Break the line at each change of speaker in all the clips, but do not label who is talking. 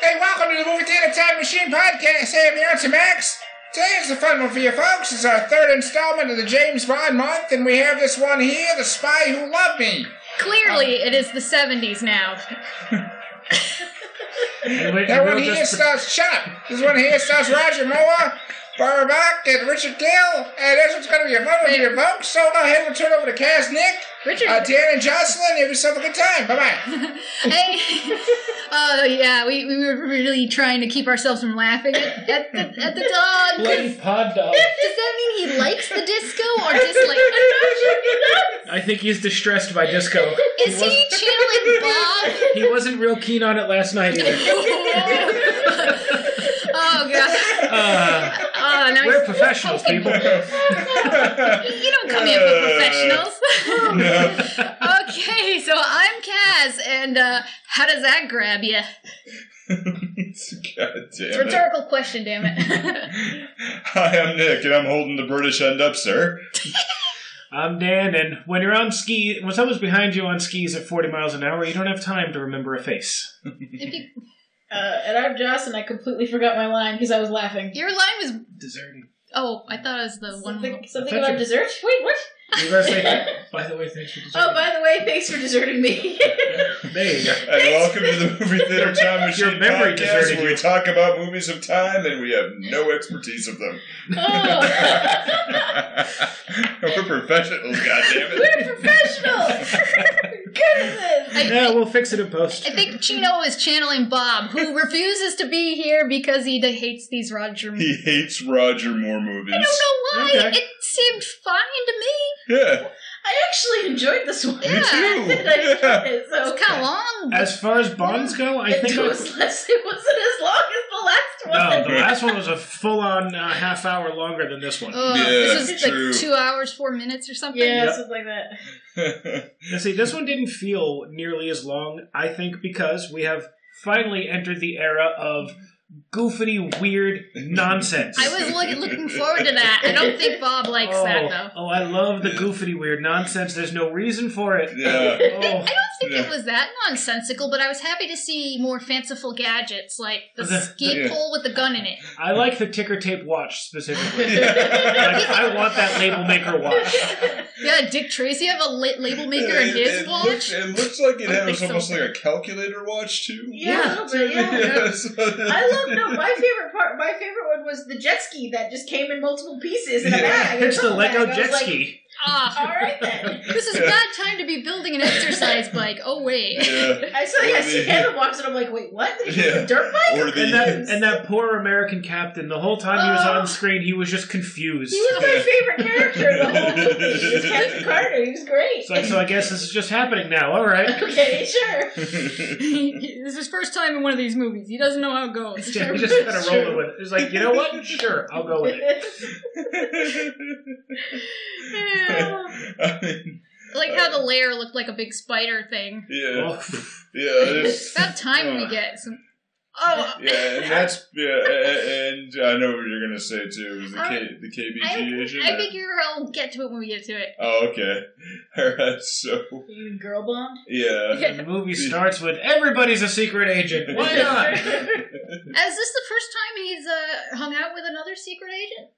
Hey, welcome to the Movie Theater Time Machine Podcast. Hey, I'm your answer, Max. Today is a fun one for you folks. It's our third installment of the James Bond month, and we have this one here, The Spy Who Loved Me.
Clearly, it is the 70s now.
And we-
That
and
one
we'll
here
just-
stars shut up. This one here stars Roger Moore, Barbara Bach, and Richard Gill. And that's what's going to be a fun one for you folks. So go ahead and turn over to Cass Nick,
Richard.
uh, Dan, and Jocelyn. Have yourself a good time. Bye bye.
hey! Oh, yeah, we, we were really trying to keep ourselves from laughing at, at, the, at the dog. 'cause-
Bloody pod dog.
Does that mean he likes the disco or dislikes
I think he's distressed by disco.
Is
he,
he channeling Bob?
was, not real keen on it last night either.
oh, God.
Uh,
Oh, now
we're
he's-
professionals, people.
You don't come here for
Uh,
professionals. okay, so I'm Kaz, and uh, how does that grab you?
God
It's
damn
a
it.
rhetorical question, damn it.
Hi, I'm Nick, and I'm holding the British end up, sir.
I'm Dan, and when you're on ski, when someone's behind you on skis at 40 miles an hour, you don't have time to remember a face.
If you-
Uh, and I'm Joss, and I completely forgot my line because I was laughing.
your line was.
Deserting.
Oh, I thought it was the one.
Something, something
I thought
about
you-
dessert? Wait, what?
You gotta say, by the way, thanks for deserting.
Oh, by the way, thanks for deserting me.
There you go.
And welcome to the Movie Theater Time
Your
Machine
memory
podcast,
deserted
where
you.
we talk about movies of time and we have no expertise of them.
oh,
We're professionals, goddammit.
we're professional. Goodness.
I,
Yeah, we'll fix it in
I
post.
think Chino is channeling Bob, who refuses to be here because he d- hates these Roger.
He hates Roger Moore movies.
I don't know why.
Okay.
It seemed fine to me.
Yeah,
I actually enjoyed this one.
Yeah.
me too.
I did,
Yeah.
so
It's kind of long. but
As far as bonds go, I
it,
think I,
was less, it wasn't as long as the last one.
no. The last one was a full-on uh, half hour longer than this
Oh,
one.
Ugh,
Yeah,
this is like
true.
two hours, four minutes or something.
Yeah,
Yep.
something like that.
Now, see, this one didn't feel nearly as long, I think, because we have finally entered the era of goofity, weird nonsense.
I was look, looking forward to that. I don't think Bob likes
oh,
that, though.
Oh, I love the goofity, weird nonsense. There's no reason for it.
yeah.
I
Oh,
don't think
Yeah.
it was that nonsensical, but I was happy to see more fanciful gadgets like the
The-
ski
yeah.
pole with the gun in it.
I like the ticker tape watch specifically.
Yeah.
Like, I want that label maker watch.
Yeah, Dick Tracy have a la- label maker
Yeah,
in his
it,
watch.
Looks, it looks like it
I think
has
so.
almost like a calculator watch too.
Yeah, a little bit, yeah.
so-
I love no. My favorite part, my favorite one was the jet ski that just came in multiple pieces in a
Yeah.
bag.
It's the
a bag.
Lego
I was
jet
like,
ski.
Ah,
All right then.
this is a bad time to be building an exercise bike. Oh wait,
Yeah.
I saw
Or
yeah,
the-
see Hannah walks and I'm like, wait, what?
Yeah.
Dirt bike?
Or the
And that, and that poor American captain, the whole time he was
Oh.
on screen, he was just confused.
He was my favorite character in the whole movie. He was Captain Carter. He was great.
It's like, so I guess this is just happening now. All right.
okay, sure.
this is his first time in one of these movies. He doesn't know how it goes.
Yeah, we just kind of rolling with it. It's like, you know what? Sure, I'll go with it.
I mean,
Like how the lair looked like a big spider thing.
yeah,
Oh,
yeah,
It's
it's,
about time we get some. Oh,
yeah, and that's yeah, a- a- and I know what you're gonna say too. It was the K, the
Um, I,
KBG issue.
I figure I'll get to it when we get to it.
Oh, okay. All right. So
You girl blonde?
yeah,
and the movie starts with everybody's a secret agent. Why not?
Is this the first time he's uh, hung out with another secret agent?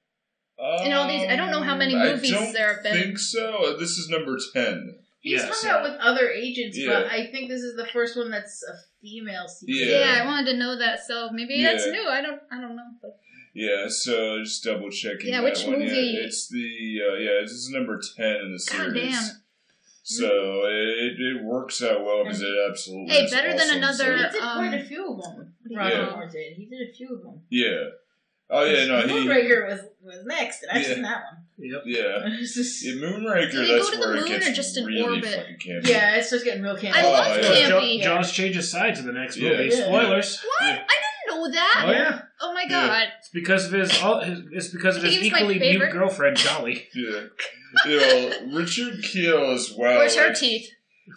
In all these, I don't know how many
Um,
movies
I don't
there have been.
think so. Uh, This is number ten.
He's
Yeah,
hung
so-
out with other agents,
Yeah.
but I think this is the first one that's a female secret.
Yeah.
Yeah, I wanted to know that, so maybe that's
Yeah.
new. I don't, I don't know. But
Yeah, so just double checking.
Yeah,
that
which
one.
movie-
Yeah, it's the uh, yeah, this is number ten in the
God
series.
damn.
So it, it works out well because it absolutely.
Hey,
is
better than
awesome,
another-
He
so-
did
Um,
quite a few of them. Roger
Yeah.
Moore did. He did a few of them.
yeah. Oh yeah, no, he.
Moonraker was, was next, and I've
Yeah.
seen that
Yep.
Yeah.
one. It's just-
yeah, Moonraker.
Did he go
that's
to the
where
moon
it gets
or just in
really
orbit?
fucking campy.
yeah, it's just getting real campy.
I
Oh,
love
yeah.
campy.
Jo- Jaws changes sides in the next
Yeah.
movie.
Yeah.
Spoilers.
What?
Yeah.
I didn't know that.
Oh yeah,
Oh my
Yeah.
god.
it's because of his. All, his it's because of
He
his
was my
equally new
favorite.
girlfriend, Dolly.
Yeah. You know, Richard Keel as well.
Where's her
like,
teeth?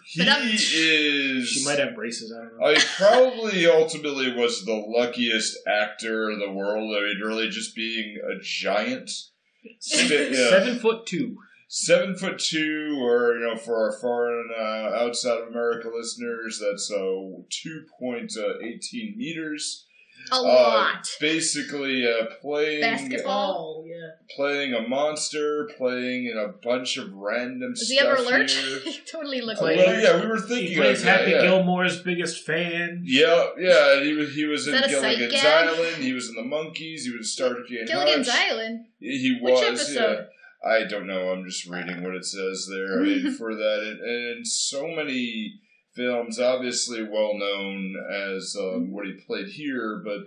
He
But I'm-
is.
She might have braces. I don't know.
I probably ultimately was the luckiest actor in the world. I mean, really, just being a giant. Spit- Oh, yeah.
Seven foot two.
seven foot two, or you know, for our foreign uh, outside of America listeners, that's uh, two point uh, eighteen meters.
A
Uh,
lot.
basically, uh, playing
Basketball.
Oh, yeah.
playing a monster, playing in a bunch of random
Does he
stuff.
ever alert?
here.
he totally looked
Well,
like
Alert.
yeah, we were thinking
He plays
of that,
Happy
yeah.
Gilmore's biggest fan.
Yeah, yeah, he was he was
Is
in
that a sight
Gilligan's
gag?
Island. He was in the Monkeys. He was started getting
Gilligan's
Hutch.
Island.
He
Which
was. Yeah.
episode?
I don't know. I'm just reading what it says there. I mean, for that, and, and so many films, obviously well known as um, what he played here, but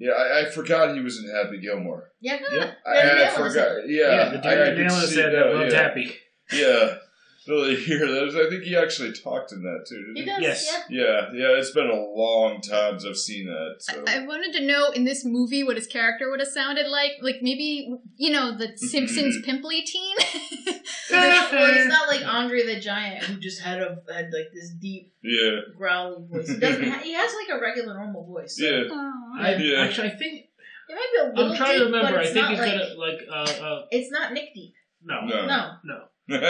yeah, I, I forgot he was in Happy Gilmore.
Yeah.
Yep.
I,
Barry
I
Allen was
forgot. Yeah,
the dude
I, I
that
could
Naylor
see
said
that,
uh, loved
yeah.
Happy.
Yeah, Billy here. That was, I think he actually talked in that too.
He
Didn't he?
does.
Yes.
Yeah.
Yeah, yeah. It's been a long time since I've seen that. So.
I I wanted to know in this movie what his character would have sounded like. Like maybe you know the
Mm-hmm.
Simpsons pimply teen.
Well, he's not like Andre the Giant, who just had a had like this deep
yeah,
growly voice. He doesn't. Ha- he has like a regular normal voice. so
yeah.
I,
Yeah.
Actually, I think
It might be a little
I'm trying to
deep,
remember.
but
I
it's
think
not
he's
like,
gonna like Oh. uh, uh
It's not Nick deep.
no
No.
No.
no.
He's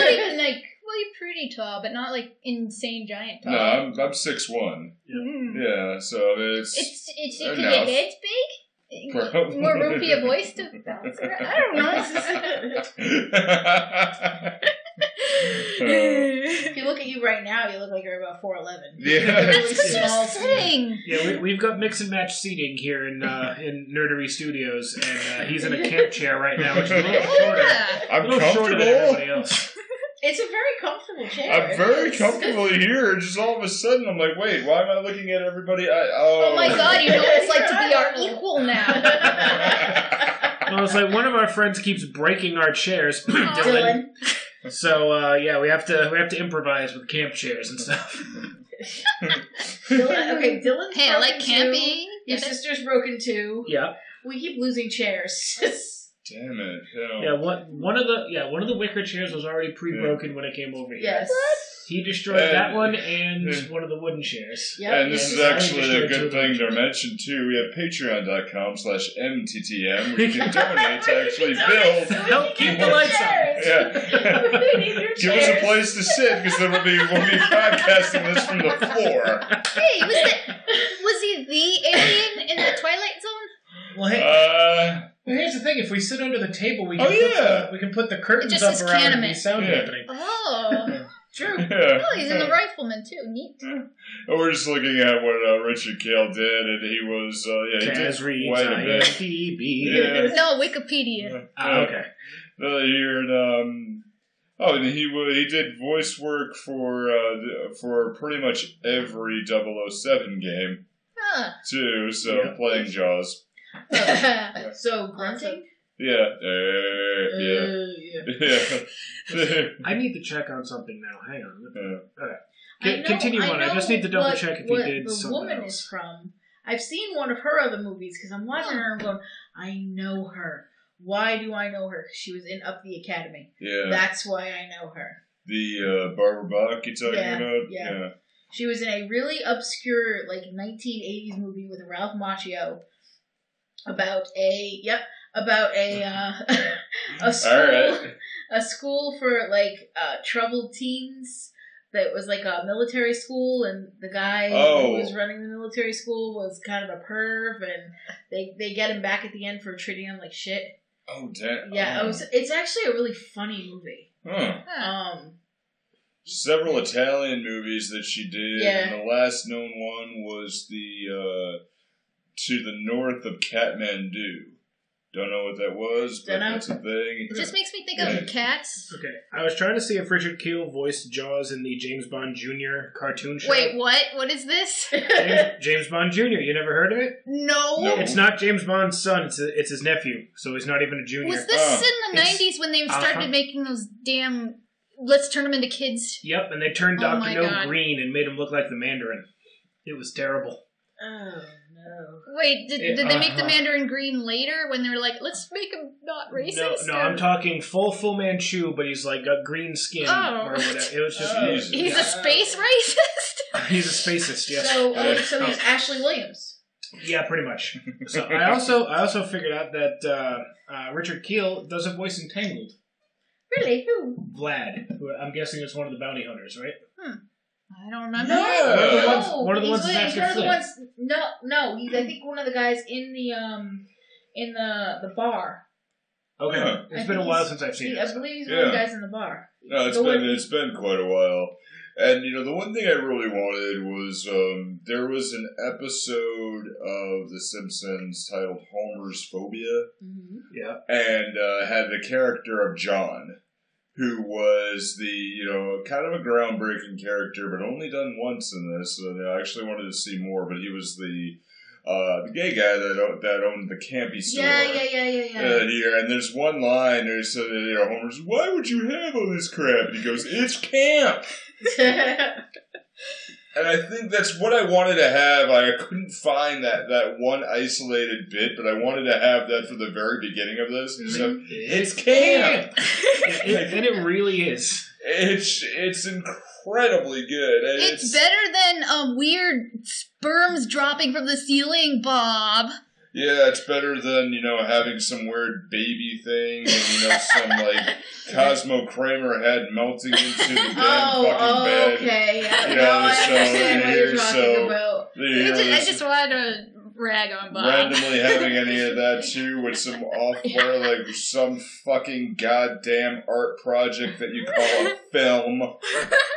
not even like really pretty tall, but not like insane giant tall.
no, I'm I'm six one.
Mm.
Yeah, so it's,
It's it's because your
Enough.
head's big.
Probably.
More room for your voice to bounce around. I don't know.
Uh,
If you look at you right now, you look like you're about four eleven.
Yeah.
That's what
It's
she
small.
was saying.
Yeah, we, we've got mix and match seating here in uh, in Nerdery Studios, and uh, he's in a camp chair right now, which is a little shorter,
Yeah.
a
I'm
little shorter than everybody
comfortable.
else.
It's a very comfortable chair.
I'm
It
very
is.
comfortable here. Just all of a sudden, I'm like, wait, why am I looking at everybody? I, oh.
Oh my god, you know what it's like to be our equal now.
Well, it's like one of our friends keeps breaking our chairs, Dylan.
Dylan.
So uh, yeah, we have to we have to improvise with camp chairs and stuff.
Dylan. Okay, Dylan's
Hey, I like
broken too.
camping.
Your sister's broken too.
Yeah,
We keep losing chairs.
Damn it. Hell.
yeah. One one of the yeah one of the wicker chairs was already pre broken when I came over here.
yes.
He destroyed
And-
that one and
Yeah.
one of the wooden chairs.
Yep.
and this
yeah,
is
yeah.
actually a good
Yeah.
thing to mention too. We have patreon.com slash mttm. We can donate to actually build.
Donate so we
Help
can
keep
get
the lights on.
chairs.
Yeah.
we need your
Give us a
chairs.
place to sit because then we'll be, we'll be podcasting this from the floor.
Hey, was that was he the alien in the Twilight Zone?
Well, hey,
Uh,
Well, here's the thing: if we sit under the table, we
Oh,
can put
yeah.
the, we can put the curtains
It just
up
says
around and
Canimate.
be sound
Yeah.
happening.
Oh.
True.
yeah.
Oh, he's in the rifleman too. Neat.
And We're just looking at what uh, Richard Kale did, and he was, uh, yeah, he
Kaz
did
reads
quite a bit.
IMDb.
Yeah.
No, Wikipedia.
Ah, okay.
Uh, here, and, um, oh, and he wa he did voice work for uh, the- for pretty much every 007 game
Huh.
too. So
Yeah.
playing Jaws,
so grunting.
yeah, uh, yeah,
Uh, yeah.
yeah.
I need to check on something now. Hang on.
Yeah.
Con- continue on. I just need to
know
double check if he
what
did
The
something
woman
else.
is from. I've seen one of her other movies because I'm watching her and going, I know her. Why do I know her? 'Cause she was in Up the Academy.
yeah.
That's why I know her.
The uh, Barbara Bach you're talking
Yeah,
about?
yeah. She was in a really obscure, like 1980s movie with Ralph Macchio about a yep about a uh, a school
All right.
a school for like uh, troubled teens that was like a military school and the guy
Oh.
who was running the military school was kind of a perv and they they get him back at the end for treating him like shit
Oh, damn.
yeah it
Oh.
was, it's actually a really funny movie
Huh.
Huh.
um
several Italian movies that she did,
Yeah.
and the last known one was the uh, to the north of Kathmandu. Don't know what that was, but
Dunno.
that's a thing.
It just makes me think
Hmm.
of cats.
Okay. I was trying to see if Richard Keel voiced Jaws in the James Bond Jr. cartoon show.
Wait, what? What is this?
James, James Bond Jr. You never heard of it?
No.
No.
It's not James Bond's son. It's, it's his nephew. So he's not even a junior.
Was this
Oh,
in the
it's-
'90s when they started
Uh-huh.
making those damn? Let's turn them into kids.
Yep. And they turned
Oh
Doctor
my
No
God.
green and made him look like the Mandarin. It was terrible.
oh no
Wait, did,
It-
did they make the
uh-huh.
Mandarin green later when they were like, let's make him not racist?
No, no,
or-
I'm talking full Fu Manchu, but he's like got green skin
Oh.
or whatever. It was just
Oh.
He's
yeah.
a space racist.
he's a spacist. Yes,
so oh,
Yeah.
so he's Ashley Williams
yeah, pretty much. So I also I also figured out that uh, uh, Richard Keel does a voice in Tangled.
really who
Vlad, who I'm guessing is one of the bounty hunters, right?
I don't remember.
Yeah.
No,
One of the ones- one of the ones
he's
that's
one of
actually
the ones No, no, he's I think one of the guys in the um in the the bar.
Okay.
Yeah.
I
It's
think
been a while
he's-
since I've seen
He,
it.
I believe he's one of the
Yeah.
guys in the bar.
No, it's
The
been
one-
it's been quite a while. And you know, the one thing I really wanted was um, there was an episode of The Simpsons titled Homer's Phobia,
Mm-hmm.
Yeah.
and uh, had the character of John, who was the you know kind of a groundbreaking character, but only done once in this. And I actually wanted to see more, but he was the uh, the gay guy that o- that owned the campy store.
Yeah, yeah, yeah, yeah, yeah.
Uh, here, and there's one line where he said, you know, Homer's, why would you have all this crap? And he goes, it's camp. And I think that's what I wanted to have. I couldn't find that, that one isolated bit, but I wanted to have that for the very beginning of this. Just
Mm-hmm.
have,
Mm-hmm.
it's camp.
It- and it really is.
It's it's incredibly good. And
It's better than a weird sperms dropping from the ceiling, Bob.
Yeah, it's better than you know having some weird baby thing and you know some like Cosmo Kramer head melting into the damn
oh,
fucking
oh,
bed.
okay. Yeah,
You
no,
know,
I
so
understand what you're
you're
talking
so-
about.
You
I
know,
just, I
this-
just wanted to rag on Bob.
randomly having any of that too with some off where like some fucking goddamn art project that you call a film.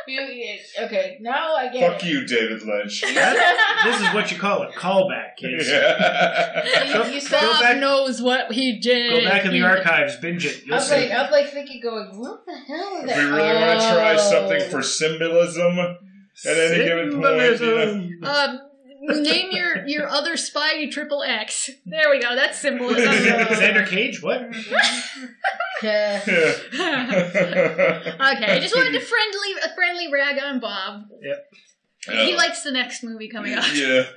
You, you- okay, now I get
Fuck
it.
you, David Lynch.
This is what you call a callback, kids.
Yeah.
Go-
You, you
go
saw.
Bob
back-
knows what he did.
Go back in the
He-
archives, binge it.
I
You'll
was
see.
like, I was like thinking, going, what the hell? Is
If
that?
we really want to try something
Oh.
for symbolism, at any given point, you know.
Symbolism.
Um, name your your other spy you triple X. There we go. That's symbolism.
Xander Cage, what?
Yeah.
Yeah.
okay,
yeah.
I just wanted to friendly a friendly rag on Bob. He likes the next movie coming up.
Yeah.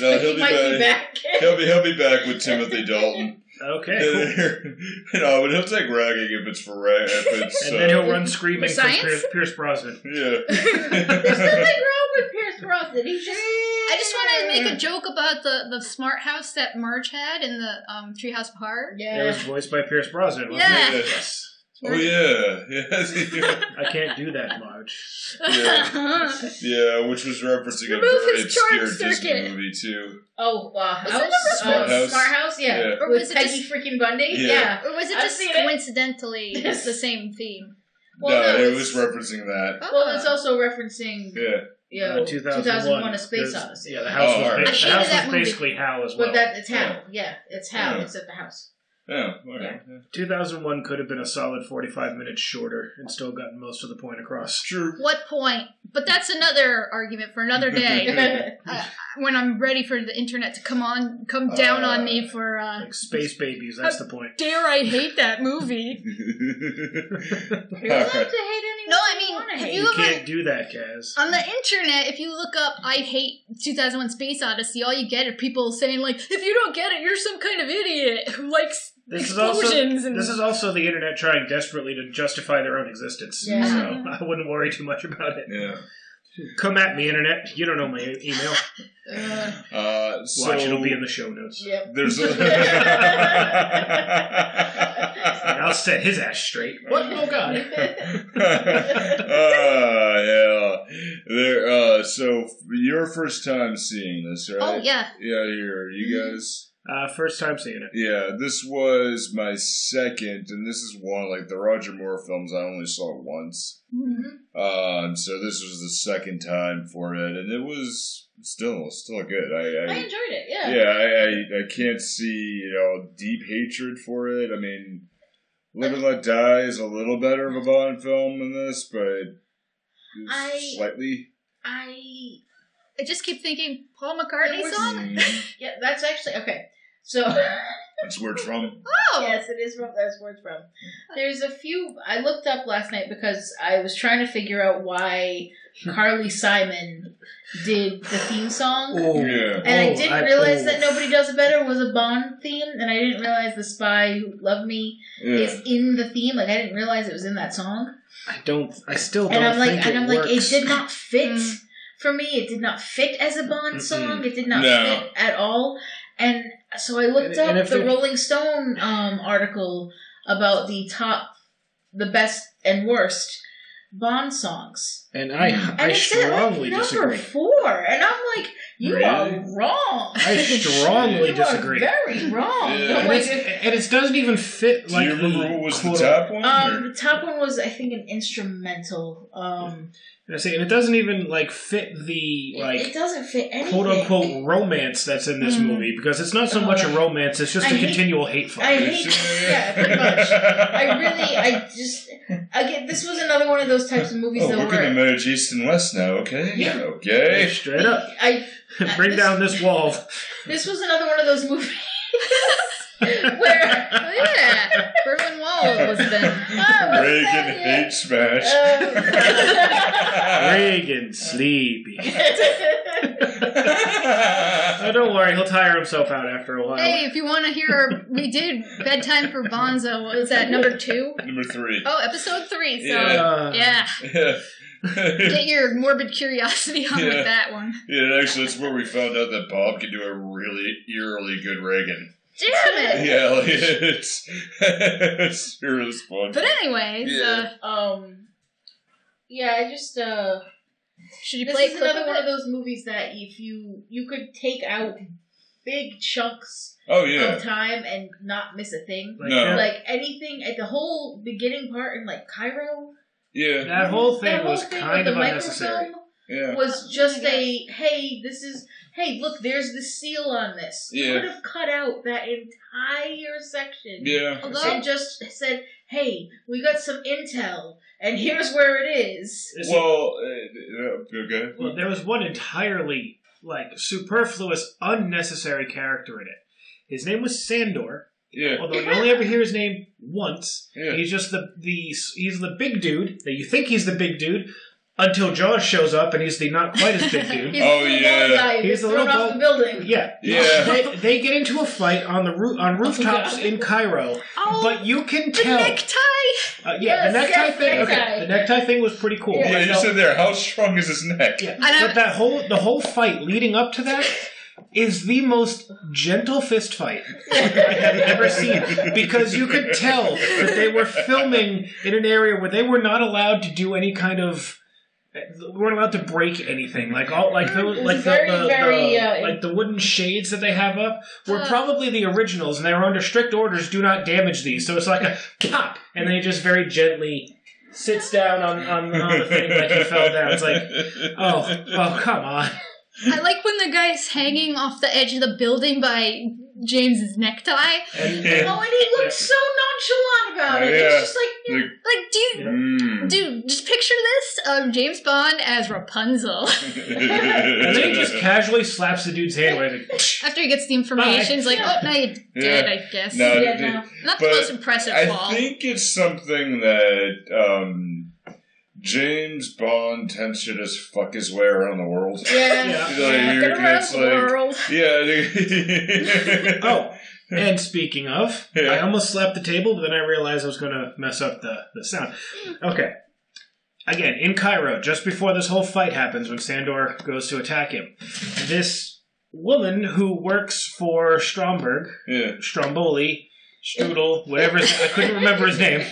No, he'll
he
be
might
back.
be back.
He'll be he'll be back with Timothy Dalton.
Okay, cool.
no, but he'll take ragging if it's for rag. If it's,
And then he'll
uh,
run screaming for
Science?
Pierce, Pierce Brosnan.
There's nothing
yeah.
wrong with Pierce Brosnan. He's just.
I just want to make a joke about the, the smart house that Marge had in the um, Treehouse Bar.
Yeah.
It was voiced by Pierce Brosnan. wasn't
Yeah.
it?
Yes. Oh yeah, yes, yeah.
I can't do that much.
yeah, which was referencing a
Remove
very
his charm
obscure
circuit.
Disney movie too.
Oh, uh,
Was
house?
it the
Smart
Uh,
House?
Smart House, yeah.
Yeah.
Or
With
was it
Peggy
just-
freaking Bundy?
Yeah.
or was it
I've
just
seen it.
coincidentally the same theme?
Well,
no,
no,
it was
it's-
referencing that.
Oh.
Well, it's also referencing
Yeah,
you know,
Uh,
2001, A Space
There's-
Odyssey.
Yeah, the house
Oh,
was,
alright.
ba-
I
the
hated
house
that
was
movie.
basically Hal as well.
But that it's how.
Yeah.
Yeah, it's how.
Yeah.
It's at the house.
yeah, all right.
2001 could have been a solid 45 minutes shorter and still gotten most of the point across.
True.
What point? But that's another argument for another day.
yeah.
when I'm ready for the internet to come on, come down on me for uh,
Like space babies, that's the point.
dare I hate that movie?
You're allowed to hate anyone.
No, I
you
mean,
wanna
have uh,
hate.
you-
You can't do that, Kaz.
On the internet, if you look up "I hate 2001: Space Odyssey," all you get are people saying like, "If you don't get it, you're some kind of idiot who likes
This is also
explosions." and
this is also the internet trying desperately to justify their own existence.
Yeah.
So I wouldn't worry too much about it.
Yeah.
Come at me, internet. You don't know my email.
Uh,
Uh, so
Watch it'll be in the show notes.
yep.
There's a.
And I'll set his ass straight. What? Oh God!
uh, yeah. There. Uh, so your first time seeing this, right?
oh yeah, Mm-hmm.
Yeah. Here, you guys.
Uh, first time seeing it.
Yeah, this was my second, and this is one like the Roger Moore films I only saw once. Um, so this was the second time for it, and it was still still good. I,
I
I
enjoyed it, yeah.
yeah, I, I, I can't see you know deep hatred for it. I mean, Live and Let Die is a little better of a Bond film than this, but
I-
slightly.
I.
I just keep thinking Paul McCartney
It was-
song.
Mm,
Yeah, that's actually. Okay. So,
That's where it's from.
Oh,
yes, it is from. That's where it's from. There's a few. I looked up last night because I was trying to figure out why Carly Simon did the theme song.
Yeah.
And I
Oh,
didn't
I-
realize
oh.
that Nobody Does It Better was a Bond theme, and I didn't realize The Spy Who Loved Me
Yeah.
is in the theme. Like, I didn't realize it was in that song.
I don't. I still don't
and I'm like,
think
and
it
I'm
works.
like, it did not fit
Mm.
for me. It did not fit as a Bond
Mm-mm.
song. It did not
No.
fit at all. And so I looked
And- and
up
if
the
it-
Rolling Stone um, article about the top, the best and worst Bond songs.
And I, I
And it's at like
strongly
number
disagree.
four. And I'm like, you
Really?
are wrong.
I strongly
you
disagree.
Are very wrong.
Yeah.
But
And, it's,
like,
and it doesn't even fit. Like
Do you remember
the
what was the
quote-
top one?
um,
or-
the top one was, I think, an instrumental. Um,
I say, and it doesn't even like fit the
it-
like
it, doesn't fit anything.
quote unquote romance that's in this
Mm.
movie because it's not so much a
Ugh.
romance; it's just
I
a
hate-
continual hate fuck.
I hate- yeah, pretty much. I really, I just, again, this was another one of those types of movies
Oh,
that
we're
were.
gonna merge east and west now. Okay.
Yeah.
Okay.
Straight up,
I
bring
this-
down this wall.
this was another one of those movies where
Oh, yeah. Berlin Wall was
Oh,
been.
what's
Reagan
that? Yeah.
hate smash.
Reagan sleepy. Oh, don't worry, he'll tire himself out after a while.
Hey, if you want to hear, our, we did bedtime for Bonzo. What was that number two?
Number three.
Oh, episode three. So
Yeah.
yeah,
Uh,
Yeah. yeah,
get your morbid curiosity on
Yeah.
with that one.
and actually, that's where we found out that Bob could do a really eerily good Reagan.
Damn it!
Yeah, like, it's, it's sure is fun.
But anyways, uh,
Yeah.
Oh. um, yeah, I just uh,
should you
this
play
is
a clip
another
of
one
it?
of those movies that if you you could take out big chunks
Oh yeah,
of time and not miss a thing.
like
No.
that,
Like anything at the whole beginning part in like Cairo,
yeah,
that whole thing
that whole
was
thing with
kind
the
of unnecessary.
microfilm
yeah.
was
Oh,
just
my
a hey, this is hey, look, there's the seal on this.
Yeah.
You could have cut out that entire section.
Yeah.
and just said, "Hey, we got some intel, and here's where it is."
Is it-
Well, uh, uh, okay.
Well, there was one entirely like superfluous, unnecessary character in it. His name was Sandor,
Yeah,
although you only ever hear his name once.
Yeah.
He's just the the he's the big dude that you think he's the big dude until Jaws shows up and he's the not quite as big dude.
He's
Oh,
The
yeah.
one guy
He's
who's
the
thrown
little
off
guy-
the building.
yeah,
Yeah.
They, they get into a fight on the roo- on rooftops
Oh God.
in Cairo,
oh,
but you can
the
tell.
necktie.
Uh, yeah,
Yes,
the necktie
yes,
thing. Okay,
necktie.
the necktie thing was pretty cool.
yeah.
but
You
no-
said there. How strong is his neck?
Yeah,
I-
but that whole the whole fight leading up to that is the most gentle fist fight I have ever seen because you could tell that they were filming in an area where they were not allowed to do any kind of weren't allowed to break anything like all like the
It was
like the,
very,
the, the-
very, uh,
like the wooden shades that they have up were
Uh.
probably the originals and they were under strict orders do not damage these so it's like a pop and then he just very gently sits down on on, on the thing Oh, like he fell down it's like Oh, oh, come on.
I like when the guy's hanging off the edge of the building by James's necktie.
And,
Yeah. Oh,
Oh, and he looked so nonchalant about it.
Yeah.
It's just like "Mm, you know,
Like,
Like, dude,
Yeah.
mm.
dude, just picture this: um, James Bond as Rapunzel
and then he just casually slaps the dude's hand away. Like,
after he gets the information. He's like, oh, now you're
Yeah.
dead, I guess.
No,
Yeah,
dude,
no.
Not
but
the most impressive fall.
I think it's something that um, James Bond tends to just fuck his way around the world.
yeah,
Yeah.
Like, you're-
Been around
it's
the
like-
world.
Yeah. dude.
oh, and speaking of,
Yeah.
I almost slapped the table, but then I realized I was going to mess up the, the sound. Okay. Again, in Cairo, just before this whole fight happens, when Sandor goes to attack him, this woman who works for Stromberg,
Yeah.
Stromboli, Strudel, whatever his, I couldn't remember his name.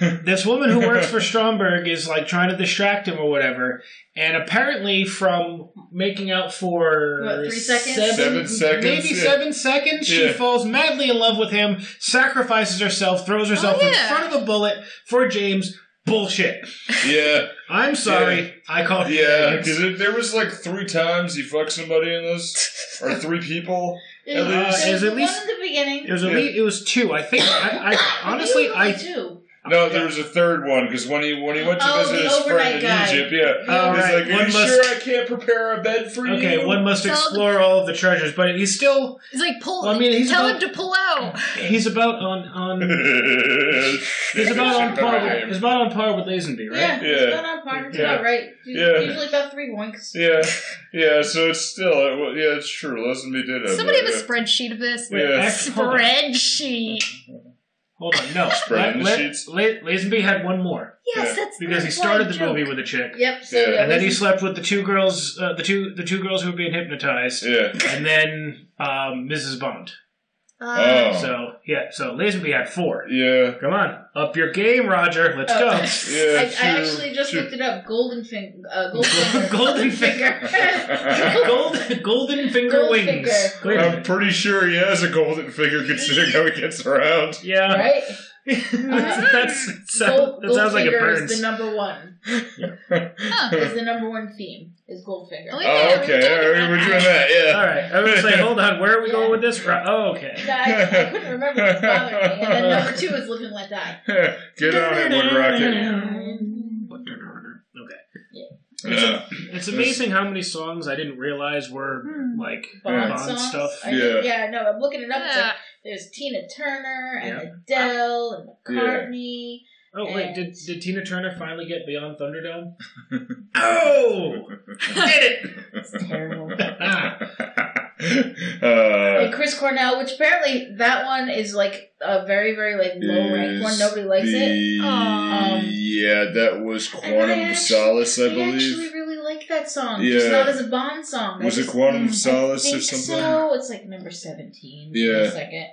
This woman who works for Stromberg is like trying to distract him or whatever, and apparently from making out for
What, three seconds?
Seven seconds.
maybe
yeah.
seven seconds, she
Yeah.
falls madly in love with him, sacrifices herself, throws herself
Oh,
in
yeah.
front of a bullet for James. Bullshit.
Yeah.
I'm sorry, I called you
Yeah.
names.
Because there was like three times he fucked somebody in this, or three people.
It,
At least-
is
there was
at
the
least-
one in the beginning.
It was, at least, it was two. I think. I, I honestly,
Maybe it
I
was two.
No, there was a third one because when he when he went to
Oh,
visit
the
his friend
overnight
in
guy.
Egypt, yeah,
Oh,
he's
right.
like, "Are
uh, One
you
must-
sure I can't prepare a bed for you?"
Okay, one must
So-
explore all of the treasures, but he's still
He's like, pull.
Well, I mean, he's
tell
about-
him to pull out.
he's about on on he's
He's
about on par with, he's about on par with Lazenby, right?
Yeah,
Yeah.
it's not on par. It's
Yeah.
about right. You
Yeah.
usually about three winks.
Yeah, yeah. So it's still, it, wa- yeah, it's true. Listen, we did it.
Somebody
but,
have a spreadsheet of this.
Yeah.
Act- hold, on,
Spreadsheet.
hold on, no.
Spreading the
La- La-
sheets.
La- Lazenby had one more
Yes,
Yeah.
that's
because
that's
he
why I
started the
joke.
movie with a chick,
Yep. So
Yeah.
yeah,
and then he
listen-
slept with the two girls, uh, the two the two girls who were being hypnotized,
yeah.
and then um, Mrs. Bond.
Uh,
Oh.
So yeah, so Lazenby had four.
Yeah.
Come on, up your game, Roger. Let's
Oh.
go.
Yeah.
I, I
two-
actually just
two-
looked it up. Golden finger. Uh, golden finger.
Golden Gold, golden finger
Gold
wings.
finger.
Wait a
I'm
minute.
pretty sure he has a golden figure considering how he gets around.
Yeah,
right?
that's, that's,
Gold,
that sounds like it
Goldfinger
burns.
is the number one. Oh,
Huh.
Is the number one theme is Goldfinger.
Oh, yeah.
Oh, okay. All right, we're doing that. Yeah.
All right, I was like, hold on, where are we going with this? Ro- Oh, okay.
Yeah, I, I couldn't remember. It was bothering me. And then number two is Live and Let Die.
Get on it, Wood Rocket.
Okay.
Yeah.
It's amazing how many songs I didn't realize were
Hmm.
like
Bond
Bond
songs.
stuff.
I
Yeah.
think- yeah, no, I'm looking it up. It's
Yeah.
like, there's Tina Turner and Adele and
Yeah.
McCartney.
Oh wait,
And-
did, did Tina Turner finally get beyond Thunderdome? oh, did it?
It's terrible. Ah, And
uh,
Chris Cornell, which apparently that one is like a very, very like low ranked one.
is
Nobody likes it. Um,
the-
Aw.
Yeah, that was
I know, I
Quantum of
actually-
Solace, I
I actually
believe.
really like that song.
Yeah.
Just not as a Bond song. I
Was it
just- mm,
Quantum of
I
Solace or
think
something?
So it's like number seventeen.
Yeah.
Yeah. Second.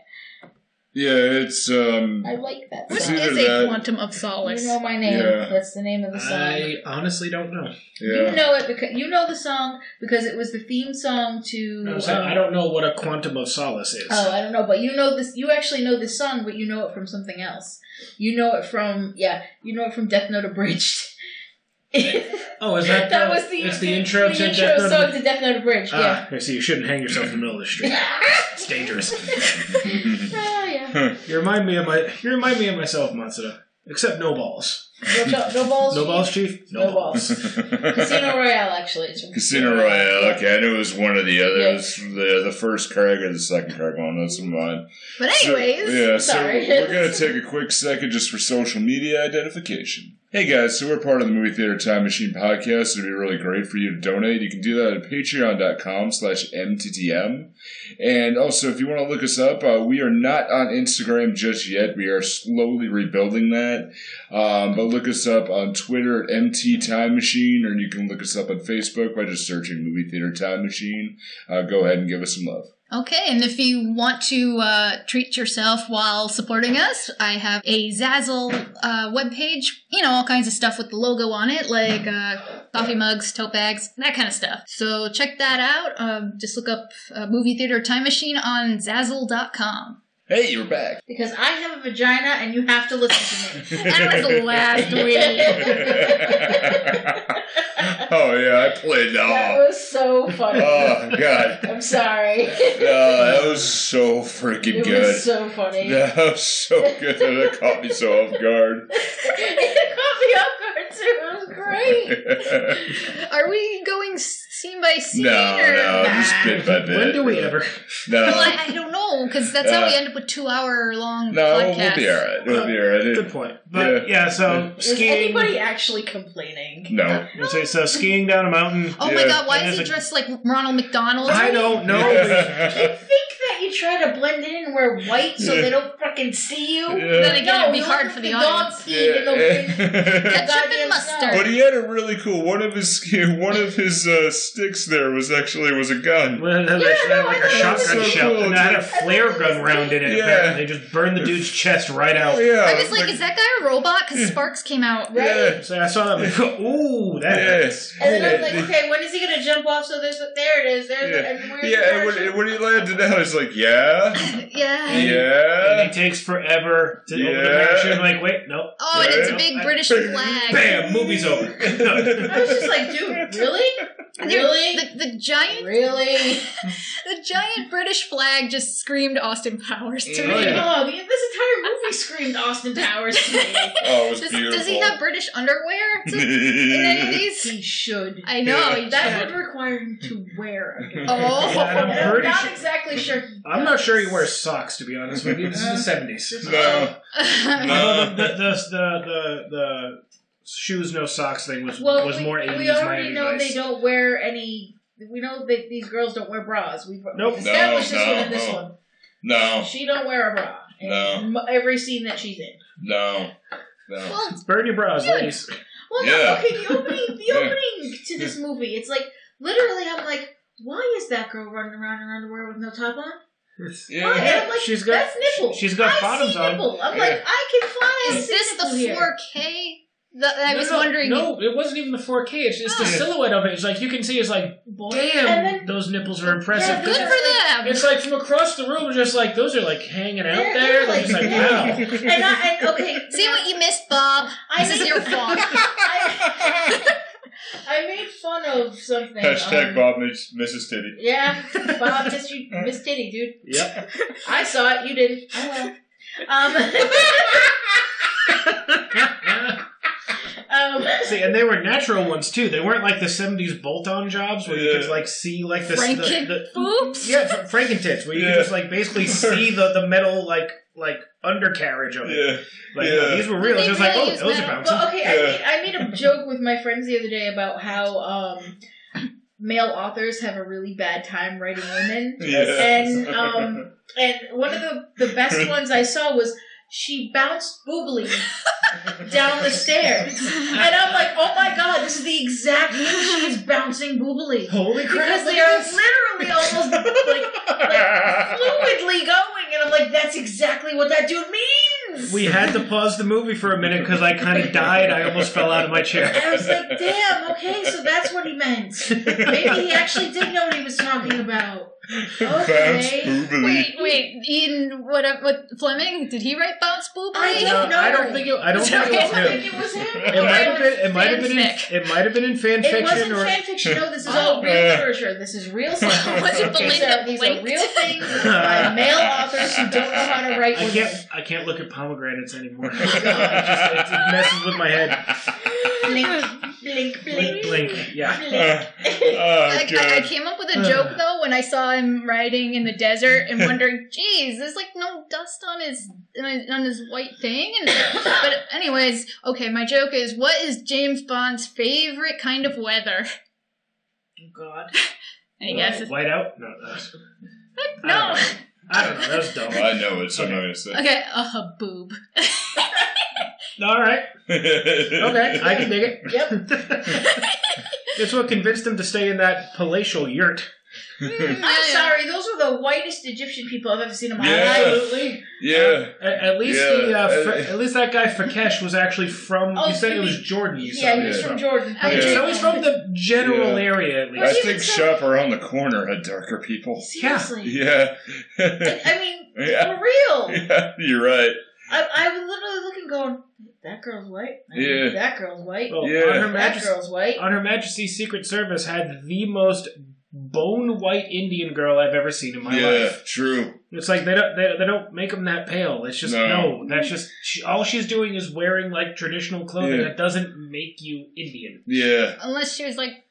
Yeah, it's um.
I like that
It's
What
song.
either
is
that-
a quantum of solace?
You know my name.
Yeah.
That's the name of the song.
I honestly don't know.
You
Yeah.
know it because you know the song because it was the theme song to.
I'm saying,
um,
I don't know what a quantum of solace is.
Oh, I don't know, but you know this. You actually know this song, but you know it from something else. You know it from yeah. You know it from Death Note Abridged.
Oh, is that,
that
the,
was the
it's the intro to
intro
Death Note?
song to Death Note Abridged.
Ah, so you shouldn't hang yourself in the middle of the street. It's dangerous.
Oh yeah.
You remind me of my. You remind me of myself, Matsuda. Except no balls.
No, cho- no balls.
No balls, chief.
No balls. Casino Royale, actually. It's from
Casino Royale.
Yeah.
Okay, I knew it was one of the others. The the first Craig or the second Craig one. That's mine.
But
So-
anyways,
yeah,
sorry.
so we're going to take a quick second just for social media identification. Hey guys, so we're part of the Movie Theater Time Machine podcast. It'd be really great for you to donate. You can do that at patreon.com slash mttm. And also, if you want to look us up, uh, we are not on Instagram just yet. We are slowly rebuilding that. Um, but look us up on Twitter at MT Time Machine, or you can look us up on Facebook by just searching Movie Theater Time Machine. Uh, go ahead and give us some love.
Okay, and if you want to uh, treat yourself while supporting us, I have a Zazzle uh, webpage. You know, all kinds of stuff with the logo on it, like uh, coffee mugs, tote bags, that kind of stuff. So check that out. Um, just look up uh, Movie Theater Time Machine on Zazzle.com.
Hey, you're back.
Because I have a vagina and you have to listen to me.
That was last week.
oh yeah, I played
that
that.
was so funny.
Oh god,
I'm sorry.
Uh, that was so freaking
it
good.
was so funny.
that was so good. That caught me so off guard.
it caught me off guard too. It was great.
Are we going s- scene by scene?
No,
or-
no, just
Nah.
bit by bit.
When do we ever?
Well,
No,
I, I don't know because that's how we end up with two-hour-long
no,
podcasts.
we'll be all right. We'll be all right.
Good point. But yeah, so
Was
skiing.
anybody actually complaining?
No,
let's say, so skiing down a mountain.
Oh
Yeah.
my god, why
And
is he
there's a-
dressed like Ronald McDonald?
I don't know.
Do you think that you try to blend in and wear white so
Yeah.
they don't fucking see you?
Yeah.
Then again, it'd be
you
hard
look
for
like
the
a dog
audience.
peeing in the wind.
Yeah.
Ketchup
Goddamn
and mustard.
snow.
But he had a really cool one of his one of his uh, sticks. There was actually was a gun.
Well, yeah,
no,
like
I
a
thought that was
shotgun
so
shell,
cool,
and it had a
dude.
flare gun round in it.
Yeah.
Apparently, they just burned the dude's chest right out.
Yeah,
I was like, is that guy a robot?
Hmm.
Because sparks came out.
Right?
Yeah.
So I saw that. before. Ooh, that
Yeah.
hurts.
And then I was
Yeah.
like, okay, when is he gonna jump off? So there's there it is. There's
Yeah.
and where's
Yeah, and
the
when,
parachute?
and when he landed down, it's like, yeah,
Yeah.
And
yeah.
it takes forever to open the
Yeah.
parachute. Like, wait, nope.
Oh, and it's a
Yeah.
big British flag.
Bam, movie's over.
I was just like, dude, really? Really?
The, the giant,
Really?
the giant British flag just screamed Austin Powers to
Oh,
me.
yeah.
Oh, the- this entire movie screamed Austin Powers to me.
Oh, it was
Does,
beautiful.
does he have British underwear in any of
have?
these?
He should.
I know.
Yeah.
he
That
should.
would require him to wear a
Oh.
And
I'm
I'm
pretty
not
sure-
exactly sure. he
I'm not sure he
does.
wears socks, to be honest with you. This is the seventies.
no,
uh,
No.
Although the, the, the, the, the, the shoes no socks thing was
Well,
was
we,
more eighties
we already
Miami
know
Vice.
they don't wear any. We know that these girls don't wear bras. We've
Nope.
we've established
No,
this
no,
one and this
no.
one.
no,
She don't wear a bra. in
No.
m- Every scene that she's in.
no, no.
Well,
Burn your bras,
Yeah.
ladies.
Well,
Yeah.
no, okay, the opening, the
Yeah.
opening to this movie, it's like literally, I'm like, why is that girl running around in her underwear with no top on? Well, and
Yeah.
I'm like,
She's got-
that's nipple.
she's got
I
bottoms
see
on.
nipple. I'm
Yeah.
like, I can fly. I
Is
see
this the
nipple here.
4K? That I
No,
was
no,
wondering.
No, it wasn't even the 4K. It's just the
Yeah.
silhouette of it. It's like you can see. It's like, damn,
And then-
those nipples are impressive.
Yeah,
Good for them.
It's like from across the room, just like those are like hanging out
They're-
there.
they're
They're
like-
just like, wow.
And I and okay.
See
now,
what you missed, Bob.
I
This is
made-
your fault.
I, I made fun of something.
Hashtag
on-
Bob miss- misses titty.
Yeah, Bob missed you, missed titty, dude.
Yep.
I saw it. You didn't. Oh well. Um, um,
see, and they were natural ones too. They weren't like the '70s bolt-on jobs where you
Yeah.
could like see like the
Franken-
the, the
Oops.
yeah fr- Frankentits, where you
Yeah.
could just like basically see the the metal like like undercarriage of it.
Yeah.
Like
Yeah.
these were real.
They
It was like,
really
oh,
use
those are
metal.
bouncing.
well, okay. I, made, I made a joke with my friends the other day about how um, male authors have a really bad time writing women.
Yes.
And um, and one of the, the best ones I saw was she bounced boobly down the stairs. And I'm like, oh my god, this is the exact thing she's bouncing boobly.
Holy crap!
Because
look
they
at
are
this.
literally almost like fluidly going, and I'm like, that's exactly what that dude means.
We had to pause the movie for a minute because I kind of died. I almost fell out of my chair.
and I was like, damn, okay, so that's what he meant. Maybe he actually did know what he was talking about.
Bounce
Okay.
boobily.
Wait, wait. Ian, what? uh, What? Fleming? Did he write bounce boop?
I don't know.
I don't think it. I don't
I
think it
don't
was him.
think it was him.
It might have been. It might have been. In,
Fanfic.
it might have been in fan
It
fiction
wasn't
or.
fan fiction. No, this is
Oh.
all real
Yeah.
literature. This is real stuff.
Was it
these
Belinda
are, these are
Blinked?
real things by male authors who don't know how to write.
I
women.
can't. I can't look at pomegranates anymore. it, just,
God.
it messes with my head.
Blink, blink,
Blink,
blink,
blink. Yeah.
blink.
Uh, oh,
I, I, I
God.
came up with a joke though when I saw him riding in the desert and wondering, geez, there's like no dust on his on his white thing. And, but anyways, okay, my joke is, what is James Bond's favorite kind of weather?
Oh, God.
I guess it's,
White out. No. that was-
no.
I don't know. That was dumb.
Well, I know it, so I'm not going to say
Okay, uh, boob.
All right.
it.
Okay. I can dig it.
Yep.
it's what convinced him to stay in that palatial yurt.
Hmm,
I'm sorry. Those were the whitest Egyptian people I've ever seen in my
Yeah.
life.
Absolutely.
Um,
Yeah.
At, at least the
Yeah,
uh,
I-
Fa- at least that guy Fakesh was actually from.
Oh,
you said it
you
was
mean-
Jordan. You
Yeah,
said
he was
Yeah.
from Jordan.
Yeah.
So he's from the general
Yeah.
area at
I
least.
Well,
think shop around the corner had darker people.
Seriously.
Yeah.
I, I mean,
yeah.
for real.
Yeah, you're right.
I, I was literally looking, going, that girl's white. I mean,
Yeah.
That girl's white.
Well,
Yeah.
Oh, On Her
That
Majesty's
girl's white.
on Her Majesty's Secret Service had the most bone white Indian girl I've ever seen in my
yeah,
life.
true.
It's like they don't they, they don't make them that pale. It's just no.
No.
that's just she, all she's doing is wearing like traditional clothing
Yeah.
that doesn't make you Indian.
Yeah.
Unless she was like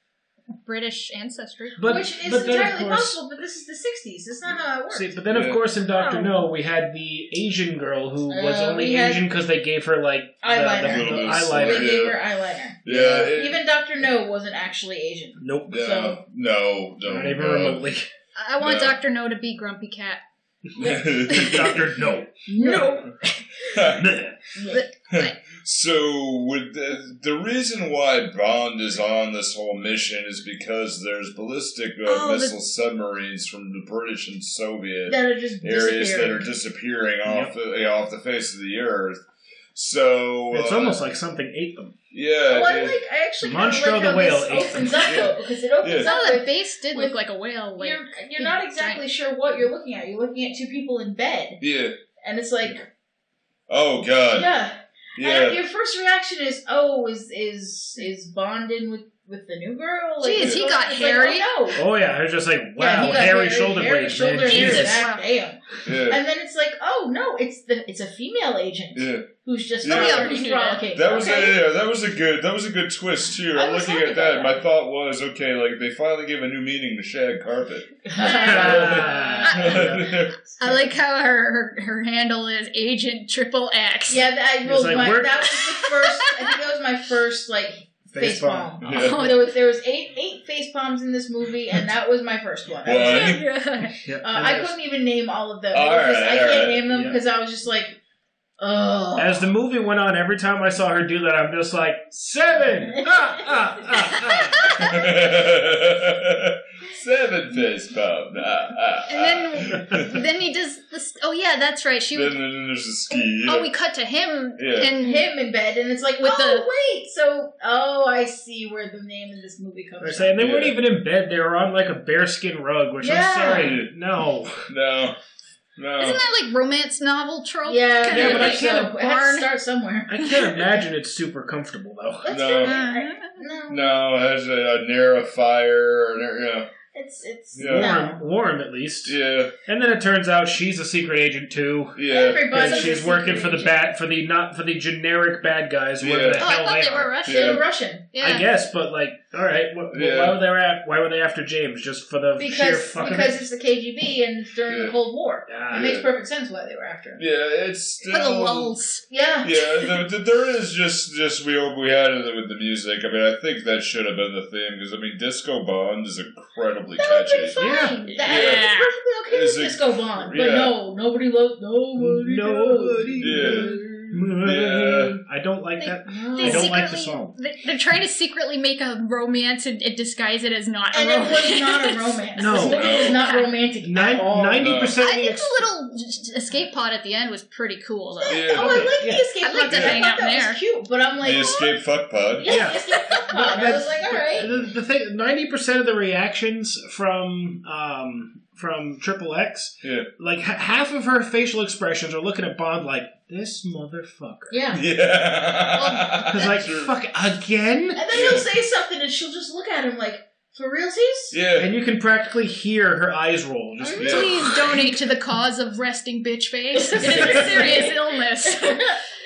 British ancestry.
But
which is
but then, of
entirely
course-
possible, but this is the 60s. It's not how it works.
See, but then of
Yeah.
course in Doctor
Oh.
No we had the Asian girl who was
Uh,
only
we had-
Asian because they gave her like the,
Eyeliner.
the- the
Little bit of
They
eyeliner.
slight-
gave her eyeliner.
Yeah. it-
Even Dr. No wasn't actually Asian.
Nope,
no,
so-
no, no.
not even
no.
remotely.
I I want
No.
Doctor No to be Grumpy Cat.
Doctor No.
No.
Bleh.
so, with the, the reason why Bond is on this whole mission is because there's ballistic uh,
Oh, the-
missile submarines from the British and Soviet
that are just
areas that are
disappearing.
disappearing off the yeah, off the face of the earth. So
It's
uh,
almost like something ate them.
yeah,
Oh, I
it-
like. I actually kind of
Monstro
like
the
how
whale
this
ate
opens
them.
up though, because it opens
Yeah.
up.
No, the
with-
base did
with-
look like a whale. Like
you're, you're not exactly sure what you're looking at. You're looking at two people in bed,
yeah.
and it's like,
Oh god,
yeah. And
yeah,
your first reaction is, oh, is is is Bond in with with the new girl? Like,
Jeez,
it's
he
like-
got
it's like,
hairy.
oh, no.
Oh yeah, I was just like,
Yeah,
wow,
he got
hairy shoulder
hairy
blades,
shoulder
man.
hair,
Jesus.
that- damn.
yeah,
And then it's like, oh no, it's the it's a female agent
yeah.
who's just
Yeah.
yeah.
Oh, We knew that.
frolicking.
That was
okay?
a, yeah, that was a good that was a good twist too.
I was
Looking
happy
at that,
about
my thought was okay, like they finally gave a new meaning to shag carpet.
Ah.
I like how her, her her handle is Agent Triple X.
yeah, that, I rolled
like,
my,
we're-
that was the first. I think that was my first like face palm.
Oh,
Yeah.
Oh,
There was, there was eight eight face palms in this movie, and that was my first one.
Well, I-
Yep.
Uh, I couldn't even name all of them.
All
because
right,
I
all
can't
right.
name them
Yeah.
because I was just like, oh.
As the movie went on, every time I saw her do that, I'm just like, seven! Ah, ah, ah, ah.
seven fist bump. Ah, ah,
And then-
ah. then,
then he does this. Oh yeah, that's right. She.
then,
was
there's a ski.
Oh, we cut to him
Yeah.
and
him in bed, and it's like,
With
oh wait, so oh, I see where the name of this movie
Or
comes
say, and
from.
they weren't
Yeah.
even in bed; they were on like a bearskin rug. Which
Yeah.
I'm sorry, no.
No, no.
Isn't that like romance novel trope?
Yeah,
Kinda
Yeah, but I
like
so.
a
It has
barn-
to start somewhere.
I can't imagine it's super comfortable though.
Let's
No.
do it.
Uh,
No,
no, there's a, a narrow fire. Or, nar-
it's it's
Yeah.
no.
Warm, warm at least.
yeah,
And then it turns out she's a secret agent too.
yeah, yeah.
Everybody.
And she's working for the bad, for the not for the generic bad guys, whoever
Yeah.
the
Oh, I
hell
thought they were
are.
Russian.
Yeah.
They're Russian
Yeah.
I guess, but like, all right, wh- wh-
Yeah.
why were they at, why were they after James just for the sheer
because
fucking?
because it's the KGB and it's during
Yeah.
the Cold War.
Ah.
It makes perfect sense why they were after him.
Yeah, it's still
For the lulls.
Yeah.
yeah, the, the, there is just just we we had it with the music. I mean, I think that should have been the theme because I mean, Disco Bond is incredibly
That would
catchy.
be fine.
Yeah.
That, yeah.
Yeah.
perfectly okay
Is
with
it-
Disco Bond. But
yeah.
no, nobody loves nobody.
Nobody
Yeah.
Yeah. I don't like that. I
They
don't
secretly,
like the song.
they- They're trying to secretly make a romance and, and disguise it as not
And
a
it
romance.
was not a romance.
No.
This movie was not romantic at all.
Ninety
I
percent of the
think the
ex-
little escape pod at the end was pretty cool. Though.
Yeah.
Oh, I like
Yeah.
the escape
I'd like
pod.
to
I
hang
thought
out
that
there.
was cute, but I'm like,
the
oh,
Escape Fuck Pod.
yeah,
Yeah.
the escape pod. I was like, all right.
The, the thing, ninety percent of the reactions from um, from Triple X,
Yeah.
like h- half of her facial expressions are looking at Bond like this motherfucker.
Yeah.
Yeah.
Because like
Sure.
fuck again,
And then he'll say something, and she'll just look at him like, for realsies?
Yeah.
and you can practically hear her eyes roll. Just
Mm-hmm.
Yeah.
Please donate to the cause of resting bitch face. It is a serious illness.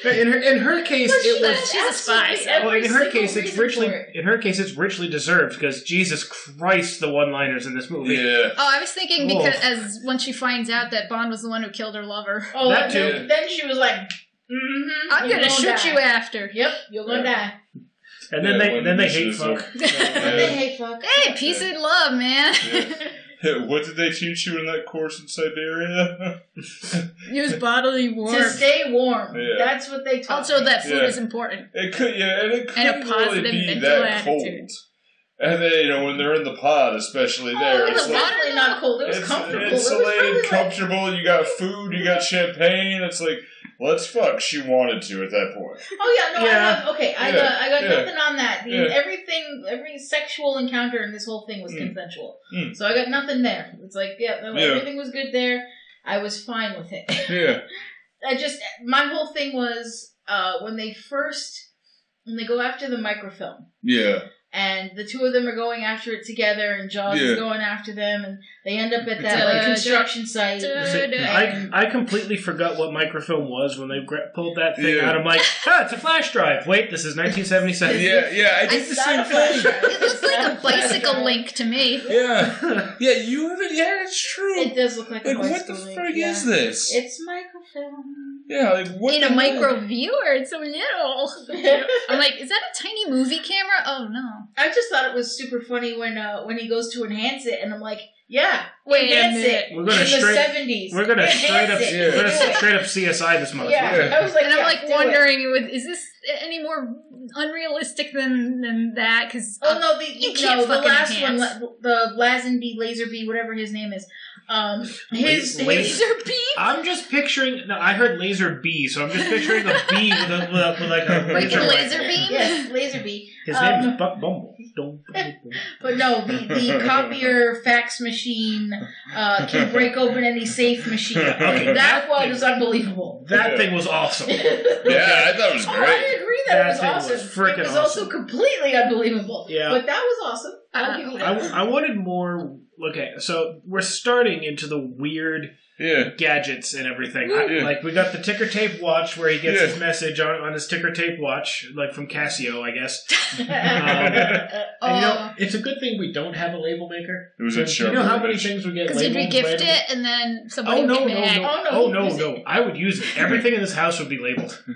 Oh,
in her in her case,
But
it
she
was.
has
she's a spy.
absolutely
Well,
every
in her
single
case, it's
reason
richly
for it.
in her case it's richly deserved because Jesus Christ, the one-liners in this movie.
Yeah.
Oh, I was thinking because
Whoa.
as once she finds out that Bond was the one who killed her lover,
Oh,
That
and
too.
Then, then she was like, mm-hmm,
I'm gonna shoot you after.
Yep, you're gonna die.
And then
Yeah,
they
when
then they
this
hate
is
fuck.
And
Yeah.
they hate fuck.
Hey, peace and love, man.
Yeah. What did they teach you in that course in Siberia?
Use bodily
To stay warm.
Yeah.
That's what they taught
Also,
me.
that food
Yeah.
is important.
It could, yeah, and it
And a
couldn't really
positive
be
mental
that cold.
attitude.
And then you know when they're in the pod, especially there,
it
in
was
it's
the
like
water,
definitely not cold. It was
it's
comfortable. it
insulated,
was probably like,
comfortable. you got food, you got champagne. It's like let's fuck. She wanted to at that point.
Oh yeah, no,
Yeah.
I have okay. I
Yeah.
got I got
Yeah.
nothing on that. The,
Yeah.
Everything, every sexual encounter in this whole thing was
Mm.
consensual.
Mm.
So I got nothing there. It's like yeah, no,
Yeah.
everything was good there. I was fine with it.
Yeah,
I just my whole thing was uh, when they first when they go after the microfilm
yeah,
and the two of them are going after it together and Jaws
Yeah.
is going after them and they end up at
Da,
that like,
da,
construction site.
I, I completely forgot what microfilm was when they gra- pulled that thing
Yeah.
out. I'm like, ah, it's a flash drive. Wait, this is 1977.
yeah, yeah. I did
I
the
Not
same
a flash
thing.
drive.
It looks like
Not
a
flash
bicycle
drive.
link to me.
Yeah, yeah. You haven't. Yeah, it's true.
It does look like,
Like
a
what the
bicycle link,
frig
yeah.
is this?
It's microfilm.
yeah, like what
In a
the hell?
micro viewer, it's so little. I'm like, is that a tiny movie camera? Oh no!
I just thought it was super funny when uh, when he goes to enhance it, and I'm like, yeah,
Wait a
enhance
minute.
it.
We're gonna
in
straight-
the seventies.
We're gonna straight up,
Yeah.
we're gonna
yeah.
straight up CSI this motherfucker.
yeah, I was like,
and I'm
yeah,
like
do it.
wondering, with is this any more unrealistic than than that? Because
Oh no, the
Uh, You
you
can't
no, the
fucking
last
enhance.
one, la- the Lazenby, Laserby, whatever his name is. Um, his,
La-
his
laser beam.
I'm just picturing. No, I heard laser B, so I'm just picturing a B with a with, a, with like a
Like
Like
Laser
a laser
laser. rifle.
beam.
yes, Laserby.
His
Um,
name is Buck Bumble. Don't.
But no, the, the copier fax machine uh, can break open any safe machine.
Okay,
that
that
one
thing-
was unbelievable.
That thing was awesome.
Yeah, I thought it was
Oh,
great.
I agree that,
That
was
thing was
awesome.
frickin'
it was
awesome.
also completely unbelievable.
Yeah.
But that was awesome. I'll give you
I,
that.
I wanted more. Okay, so we're starting into the weird
Yeah,
gadgets and everything. I-
Yeah.
like we got the ticker tape watch where he gets
Yeah.
his message on, on his ticker tape watch, like from Casio, I guess. Um, And, you know,
Oh,
it's a good thing we don't have a label maker.
it was a show.
you know how many things we get
because you'd
labeled?
be gift
randomly?
it, and then somebody
Oh
would
no,
get
no,
mad.
no!
Oh,
Oh
no,
no,
use
no! I would use it. Everything in this house would be labeled.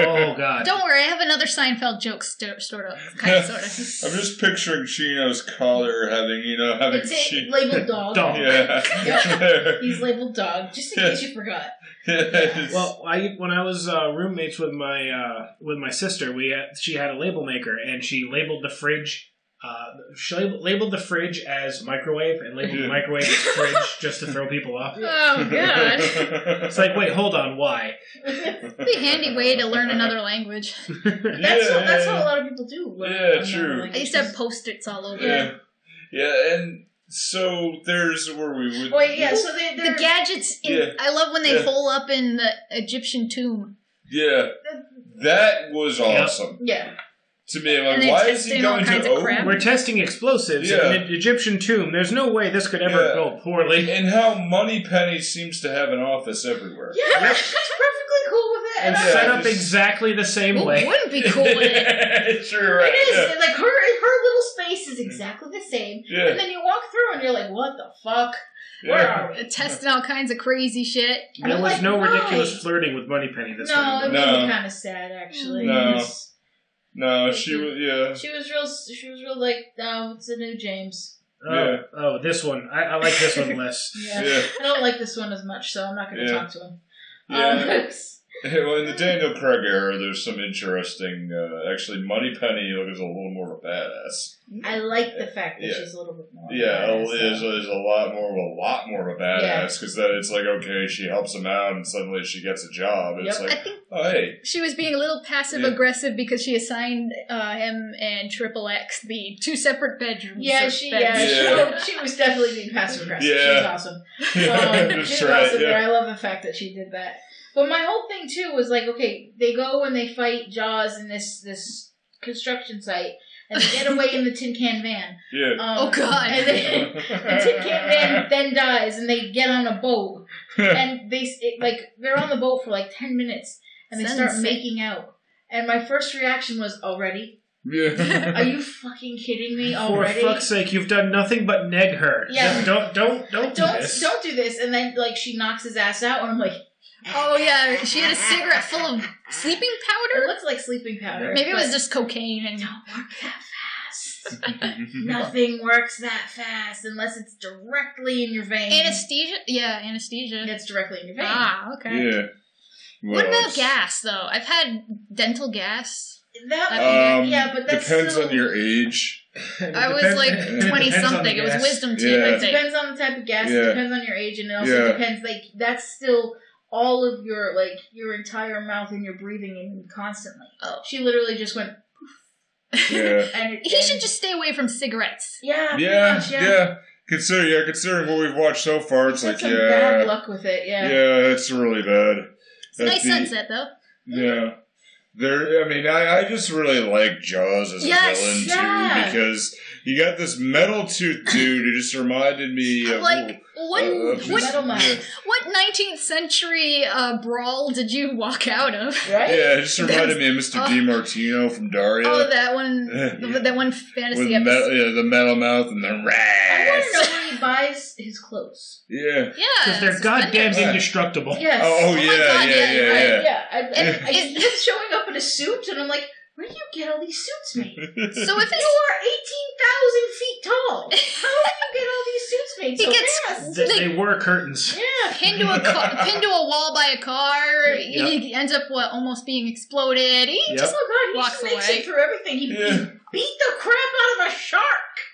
Oh god!
Don't worry, I have another Seinfeld joke sto- sort of, kind of, sort of.
I'm just picturing Chino's collar having, you know, having
It's
Chi-
a labeled dog.
Dog.
Yeah.
He's labeled dog, just in case you forgot.
Yes.
Well, I when I was uh, roommates with my uh, with my sister, we had, she had a label maker and she labeled the fridge Uh, she lab- labeled the fridge as microwave and labeled the microwave as fridge just to throw people off.
Oh
Um,
god.
It's like, wait, hold on, why?
It'd be a handy way to learn another language.
That's what, that's what a lot of people do. learn
Yeah,
another
true.
language.
I used to have post-its all over.
Yeah. Yeah, and so there's where we would.
Wait, yeah. So they,
The
they're
gadgets. In,
Yeah.
I love when they
Yeah.
hole up in the Egyptian tomb.
Yeah, that was
Yeah.
awesome
yeah.
to me.
And
Like,
they're
why is he
testing all
going
kinds
to
of
open?
crap.
We're testing explosives
Yeah.
in an Egyptian tomb. There's no way this could ever
Yeah.
go poorly.
And how Moneypenny seems to have an office everywhere.
Yeah, that's perfectly cool with that.
And
Yeah.
set up
Just-
exactly the same
Who
way.
wouldn't be cool with it?
True, right? Mm.
It is and, like her her little space is exactly the same.
Yeah.
And then you walk through and you're like, what the fuck?
yeah.
Where are we?
They're testing all kinds of crazy shit.
There
I'm
was
like,
no
why?
ridiculous flirting with Moneypenny this
No, it
time.
made
No.
me kind of sad actually.
No.
Yes.
No, she was. Yeah,
She was real. She was real like, um, it's a new James.
Oh,
Yeah.
oh, this one. I, I like this one less.
Yeah.
yeah,
I don't like this one as much, so I'm not going to
Yeah.
talk to him.
yeah.
Um,
well, in the Daniel Craig era, there's some interesting. Uh, actually, Moneypenny is a little more of a badass.
I like the fact that
Yeah.
she's a little bit more.
Yeah,
badass,
is
though.
is a lot more of a lot more of a
Yeah.
badass because then it's like okay, she helps him out, and suddenly she gets a job. and It's
Yep.
I
like,
think
oh hey,
she was being a little passive
Yeah.
aggressive because she assigned uh, him and Triple X the two separate bedrooms.
Yeah,
of
she. Yeah,
beds.
She,
Yeah.
oh, she was definitely being passive aggressive. She's
Yeah.
awesome. Um,
that's
she's
right.
awesome.
Yeah.
there. I love the fact that she did that. But my whole thing too was like, okay, they go and they fight Jaws in this this construction site, and they get away in the tin can van.
yeah.
Um,
Oh god.
And they, The tin can man then dies, and they get on a boat, and they s- it, like they're on the boat for like ten minutes, and they start
Sunset.
making out. And my first reaction was already.
yeah.
Are you fucking kidding me
For
already?
fuck's sake, you've done nothing but neg her.
Oh, Yeah.
Don't don't don't do
don't
this.
don't do this. And then like she knocks his ass out, and I'm like,
Oh yeah, she had a cigarette full of sleeping
it
powder.
looks like sleeping powder.
Maybe it was
but
just cocaine and
don't work that fast. Nothing works that fast unless it's directly in your vein.
anesthesia. Yeah, anesthesia.
It's directly in your vein.
Ah, okay.
yeah.
What about
else?
gas though? I've had dental gas.
That
Um,
yeah, but that's
depends
still,
on your age.
I was like twenty something. It was wisdom teeth,
Yeah.
I think.
depends on the type of gas. It
Yeah.
depends on your age, and it also
Yeah.
depends like that's still all of your like your entire mouth and your breathing in constantly.
Oh.
She literally just went
Yeah.
and it,
He
and-
should just stay away from cigarettes.
yeah pretty
yeah,
much,
yeah, Consider, yeah, considering what we've watched so far, it's
She's had
like,
some bad
yeah,
luck with it. Yeah.
yeah, it's really bad.
It's a nice
That'd be-
sunset though.
Yeah. There, I mean, I, I just really like Jaws as
Yes,
a villain too
yeah.
because you got this metal tooth dude who just reminded me of
Like what
uh, just-
what
Metal Mouth.
yeah.
what nineteenth century uh, brawl did you walk out of?
Right.
oh, Yeah, it just reminded
That's-
me of Mr.
oh.
DiMartino from Daria.
Oh, that one,
Yeah.
that one
with
fantasy
metal,
episode.
yeah, the metal mouth and the
I want to
rats.
know where he buys his clothes.
Yeah.
Yeah,
Because they're
suspenders.
goddamn
Yeah.
indestructible.
Yes.
Oh, oh,
my
yeah,
God,
yeah,
yeah,
yeah,
I,
yeah.
yeah. I, and I
Is-
kept showing up in a suit, and I'm like, where do you get all these suits made?
So if it's
You are 18,000 feet tall. How did you get all these suits made
He
so
gets-
fast?
Th- They were curtains.
Yeah.
pinned to a car, pinned to a wall by a car,
Yeah.
he ends up what almost being exploded. He
Yep.
just
Oh god, he
Walks
just makes
away.
it through everything. He, he
Yeah.
beat the crap out of a shark.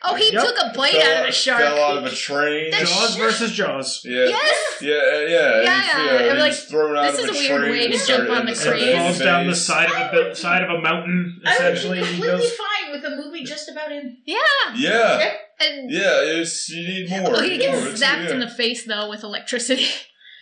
oh he
Yep.
took a bite
fell
out of a shark.
Fell out of a train.
That
Jaws
shit.
versus Jaws.
yeah.
Yes,
Yeah, uh, yeah,
Yeah,
he's,
yeah,
yeah.
I'm
He's
like,
thrown out
this
of
is
the
a weird
train
way
and
to
started
jump on
in
the
some
crane.
big
Falls down the
space.
side of a buil- side of a mountain.
I would
Essentially,
be
he
completely
goes.
fine with a movie just about him.
yeah,
Yeah,
and
yeah. It's you need more.
well, he
you
gets
know, it's-
zapped
yeah.
in the face though with electricity.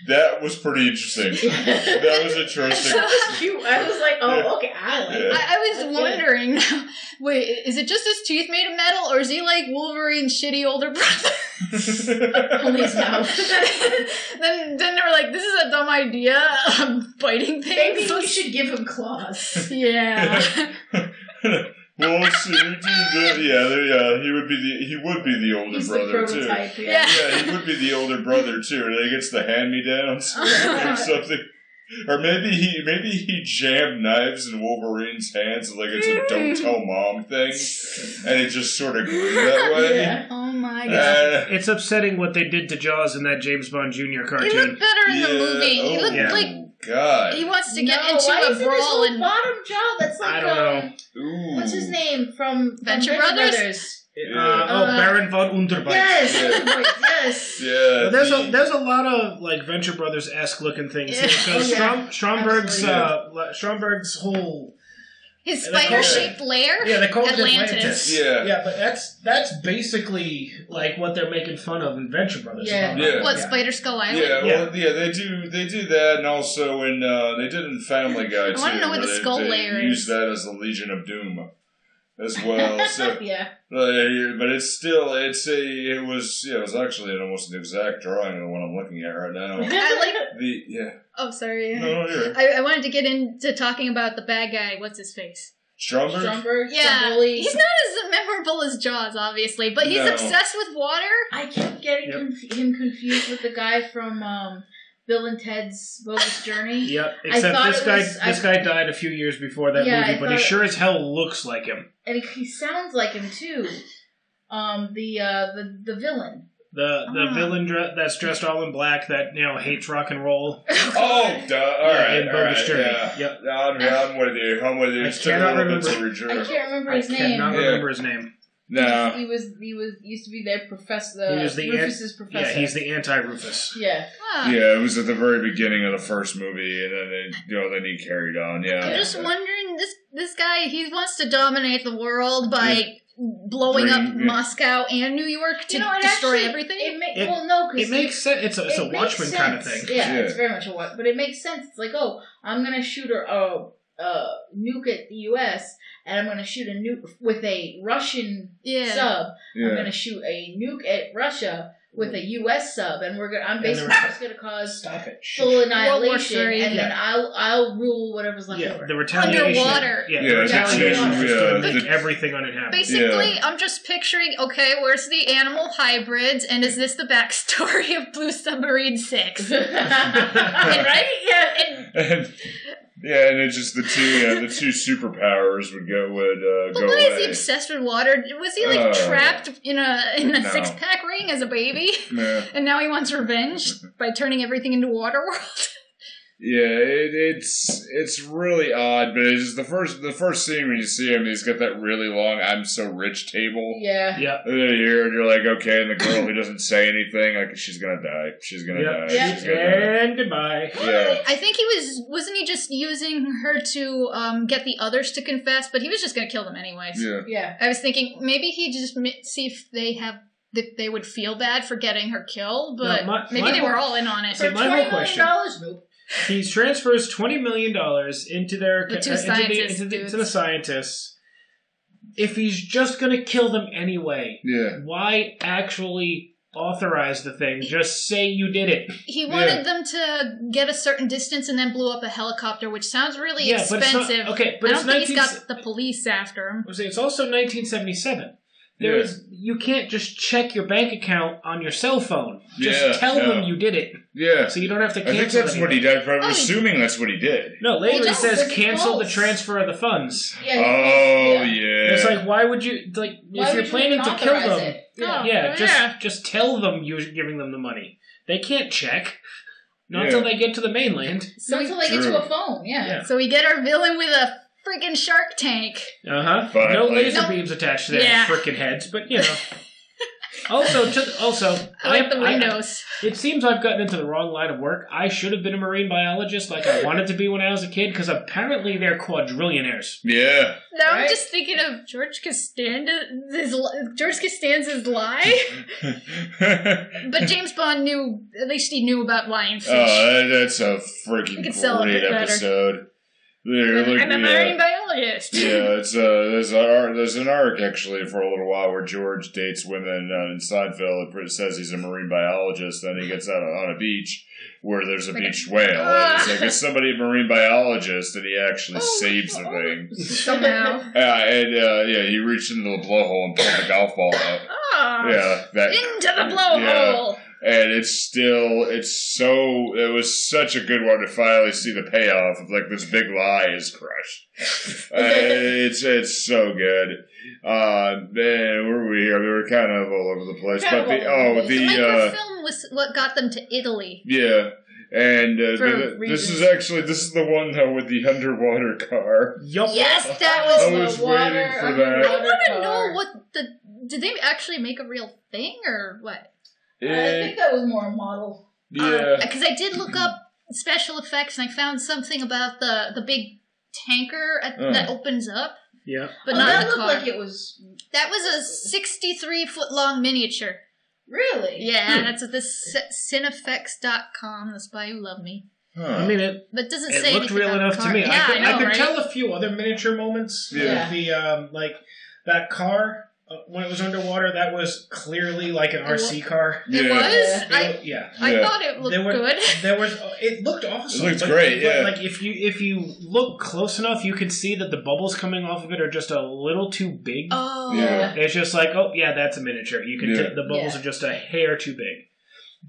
That was pretty interesting. that was interesting.
That was cute. I was like, oh,
Yeah.
okay, I like
Yeah.
it.
I, I
That's
was
good.
wondering, wait, is it just his tooth made of metal, or is he like Wolverine's shitty older brother?
Please no.
then, then they were like, "This is a dumb idea, um, biting
Maybe
things."
we should give him claws.
yeah,
well, see, you do the- yeah, there- yeah. He would be the he would be the older
He's the
brother too.
prototype.
yeah.
Yeah, he would be the older brother too, and he gets the hand me downs or something. Or maybe he maybe he jammed knives in Wolverine's hands like it's a don't tell mom thing, and it just sort of grew that way.
Yeah.
Oh my god.
Uh,
It's upsetting what they did to Jaws in that James Bond Jr.
He
cartoon.
looked better in the
yeah,
movie.
oh
he looked
yeah.
like
God.
he wants to get
No,
into
why
a
is it his
brawl
whole
and Hmm.
bottom jaw that's like
I don't
um,
know.
Ooh,
what's his name from from
Venture
Venture
Brothers?
Uh, oh,
Uh,
Baron von Unterbike.
Yes,
Yeah.
Underbite, yes.
Yeah,
Well, there's
the-
a there's a lot of like Venture Brothers esque looking things here because
Yeah.
Strom, Stromberg's uh, le- Stromberg's whole
His
They call it-
spider shaped lair?
yeah they call it
Atlantis.
Atlantis
Yeah.
yeah but that's that's basically like what they're making fun of in Venture Brothers
Yeah.
about.
Yeah.
What, Spider Skull Island?
Yeah,
Yeah.
well, yeah, they do. They do that, and also in uh, they did in Family Guy too.
I wanna know what
where
the
they-
skull
they
layer
Use
is.
that as the Legion of Doom, as well. So,
Yeah.
uh, but it's still it's a it was yeah it was actually an almost an exact drawing of the one I'm looking at right now.
I like.
The yeah
Oh, sorry.
no no you're right.
I, I wanted to get into talking about the bad guy. What's his face?
Stromberg.
Stromberg,
Yeah,
Stromboli.
he's not as memorable as Jaws, obviously, but he's
No.
obsessed with water.
I keep getting
Yep.
conf- him confused with the guy from um, Bill and Ted's Bogus Journey.
Yep, except
thought
this
it
guy
was- I-
this guy died a few years before that
Yeah, I
movie, but he
thought-
sure as hell looks like him.
And he, he sounds like him too. Um, the uh, the the villain.
The the
Ah.
villain dre- that's dressed all in black that now hates rock and roll.
Oh, duh, all
Yeah,
right,
in
all
Bogus
right,
Journey.
yeah.
Yep.
I'm, I'm with you. I'm with you.
I
It's took a
cannot
little bit to
I
regenerate.
can't remember
I
his name.
cannot
Yeah.
remember his name.
No,
He was he was used to be their professor.
He was the
Rufus's
Yeah,
professor.
he's the anti Rufus.
Yeah.
Huh.
yeah, it was at the very beginning of the first movie, and then they, you know, then he carried on. Yeah,
I'm just wondering this this guy. He wants to dominate the world by blowing
Bring-
up
yeah.
Moscow and New York to
you know, it
destroy
actually-
everything.
It ma-
It-
well, no,
It
because
makes sense. It's a it's a Watchmen kind of thing.
Yeah,
Yeah.
it's very much a Watch, but it makes sense. It's like, oh, I'm gonna shoot a, a, a nuke at the U.S. and I'm gonna shoot a nuke with a Russian
yeah,
sub. I'm
yeah.
gonna shoot a nuke at Russia with a U.S. sub, and we're gonna. I'm
And
basically
they're-
just gonna cause
Stop it. Shh.
full
World War
annihilation,
Three,
and then
yeah.
I'll I'll rule whatever's left
Yeah,
over.
the retaliation.
Underwater.
Yeah,
Yeah,
the retaliation.
that's-
is
yeah,
gonna make
the-
everything uninhabitable.
Basically, I'm just picturing. Okay, where's the animal hybrids, and is this the backstory of Blue Submarine Six?
right? Yeah.
And
And, yeah, and it's just the two yeah, the two superpowers would go would uh,
but
go
why
away.
is he obsessed with water? Was he like
Uh,
trapped in a in a
no.
six pack ring as a baby?
yeah,
And now he wants revenge by turning everything into Waterworld.
yeah it, it's it's really odd, but it's just the first the first scene when you see him, he's got that really long "I'm so rich" table.
Yeah.
Yeah.
And then you hear, and you're like, okay, and the girl who doesn't say anything, like she's gonna die, she's gonna
Yep.
die,
Yeah.
she's gonna die.
And goodbye.
Yeah,
I think he was wasn't he just using her to um, get the others to confess, but he was just gonna kill them anyways.
yeah.
Yeah.
I was thinking maybe he just mi- see if they have that they would feel bad for getting her killed, but
No, my-
maybe
my
they
whole-
were all in on it.
So
For
my whole
$20 million
question-
dollars, nope.
He transfers twenty million dollars into their
The two
into, the,
scientists,
into, the,
dudes.
into the scientists. If he's just gonna kill them anyway,
Yeah.
why actually authorize the thing? Just say you did it.
he wanted them to get a certain distance and then blew up a helicopter, which sounds really
Yeah, but it's not-
expensive.
okay, but
I don't
it's
think he's
19
got the police after him.
I'm saying It's also 1977. There
Yeah.
is you can't just check your bank account on your cell phone. Just
Yeah,
tell
no.
them you did it,
Yeah.
so you don't have to
I
cancel.
think that's
anything.
what he did. but
Oh,
I'm
he-
assuming that's what he did.
No, later
Well,
he
no,
says
that's
cancel the
false.
transfer of the funds.
Yeah.
Oh yeah.
It's like why would you like
Why
if
would
you're
you
planning
even
to kill
authorize
them?
it? Yeah.
Oh,
Yeah, just
yeah.
just tell them you're giving them the money. They can't check. Not
Yeah.
until they get to the mainland.
Not until they get
True.
to a phone, yeah.
Yeah.
So we get our villain with a freaking shark tank.
Uh huh.
But,
No
like-
laser
No.
beams attached to their
Yeah.
frickin' heads, but you know. also, to the, also,
I like the
am-
windows.
it seems I've gotten into the wrong line of work. I should have been a marine biologist, like I wanted to be when I was a kid, because apparently they're quadrillionaires.
yeah.
Now I'm
Right?
just thinking of George Costanza's George Costanza's lie, but James Bond knew at least he knew about lionfish.
oh, that, that's a
We
freaking
could sell it
great
better.
episode. There,
I'm,
look,
I'm a marine
yeah.
biologist.
Yeah, it's uh, there's an arc, there's an arc actually for a little while where George dates women uh, in Seinfeld. It says he's a marine biologist. Then he gets out on a beach where there's a
Like a-
beach whale. And it's like is somebody a marine biologist, and he actually
Oh,
saves the
oh.
thing.
Somehow.
Uh, and uh, yeah, he reached into the blowhole and pulled the golf ball out.
Ah,
Yeah, that
Into the blowhole.
and it's still it's so it was such a good one to finally see the payoff of like this big lie is crushed. Uh, it's it's so good. Uh, man, where were we here? We were kind of all over the place,
Kind
but
of
the
all over
oh
the
The
the uh,
microfilm was what got them to Italy.
yeah. And uh,
For
th- this
reasons.
is actually this is the one though with the underwater car.
Yup.
Yes, that was,
I was
the water.
waiting for
underwater
that.
I want to
car.
know what the. Did they actually make a real thing or what?
I think that was more a model.
yeah,
Because I did look up special effects and I found something about the the big tanker at,
Mm.
that opens up,
Yeah.
but
Oh,
not
that
the
looked
car.
like it was
That was a 63 foot long miniature.
really.
Yeah, that's at the c- cinefx.com. The Spy Who Loved Me.
Huh.
I mean, it,
But it doesn't say
it looked
anything
real
about the
enough to
car.
me.
Yeah,
I could,
know,
could
right?
tell a few other miniature moments.
Yeah.
The um, like that car uh, when it was underwater, that was clearly like an RC car.
It
yeah.
was.
They
I,
were- yeah.
I
Yeah.
thought it looked
They were-
good.
There was it looked awesome.
It looked
but-
great,
but,
yeah.
Like if you if you look close enough, you can see that the bubbles coming off of it are just a little too big.
Oh.
Yeah.
It's just like, oh yeah, that's a miniature. You can
Yeah.
t- the bubbles
Yeah.
are just a hair too big.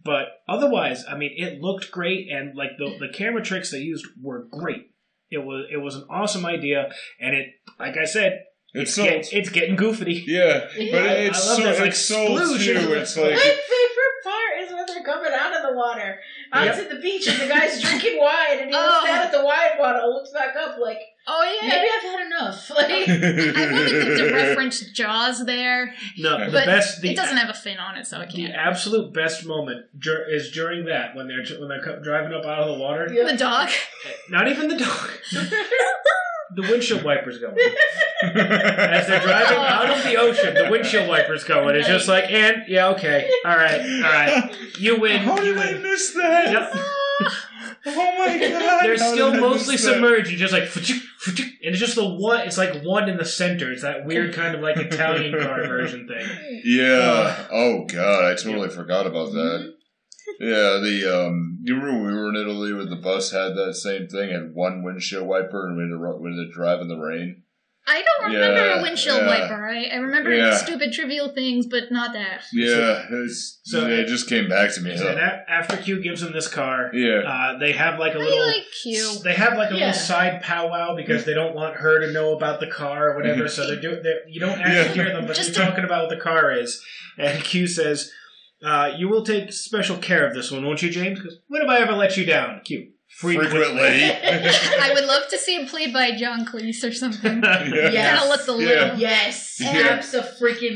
But otherwise, I mean, it looked great, and like the the camera tricks they used were great. It was it was an awesome idea, and it like I said,
It
it's
sold.
get- it's getting goofity.
yeah, but
Yeah.
it,
I
it's
love
so
that, like,
it's sold
explosion.
too. It's
My
like
favorite part is when they're coming out of the water onto the beach and the guy's drinking wine and he
Oh.
looks down at the wine bottle, looks back up like
Oh,
maybe
yeah.
I've had enough. Like
I wanted them to reference Jaws there,
No, the
but
best the
it doesn't have a fin on it, so I
the
can't.
absolute best moment dur- is during that when they're when they're co- driving up out of the water.
Yeah.
The dog.
Not even the dog. the windshield wipers going. As they're driving out of the ocean, the windshield wipers going. It's just like, and yeah, okay, all right, all right, you win.
How
you
did I
win.
miss that?
Yep.
Oh my god!
They're
How
still
did I
mostly
miss that?
submerged. You just like, and it's just the one. It's like one in the center. It's that weird kind of like Italian car version thing. Uh,
Yeah. oh god, I totally forgot about that.
Mm-hmm.
Yeah, the um, you remember when we were in Italy when the bus had that same thing, had one windshield wiper, and we had to, ru- we had to drive in the rain.
I don't remember
Yeah,
a windshield
yeah.
wiper. I, I remember
Yeah.
stupid trivial things, but not that.
Yeah, it's,
So-
yeah, it just came back to me.
So
huh?
that after Q gives them this car,
Yeah,
uh, they have like a
I
little.
like Q.
They have like a
Yeah.
little side powwow because they don't want her to know about the car or whatever. So they're doing. They're, you don't actually
Mhm. Yeah.
hear them, but
Just
they're
a-
talking about what the car is. And Q says, uh, "You will take special care of this one, won't you, James? Because when have I ever let you down, Q?
frequently.
I would love to see him played by John Cleese or something.
yeah.
Yes.
Kinda look the
Yeah.
little.
Yes.
Yeah.
Absolutely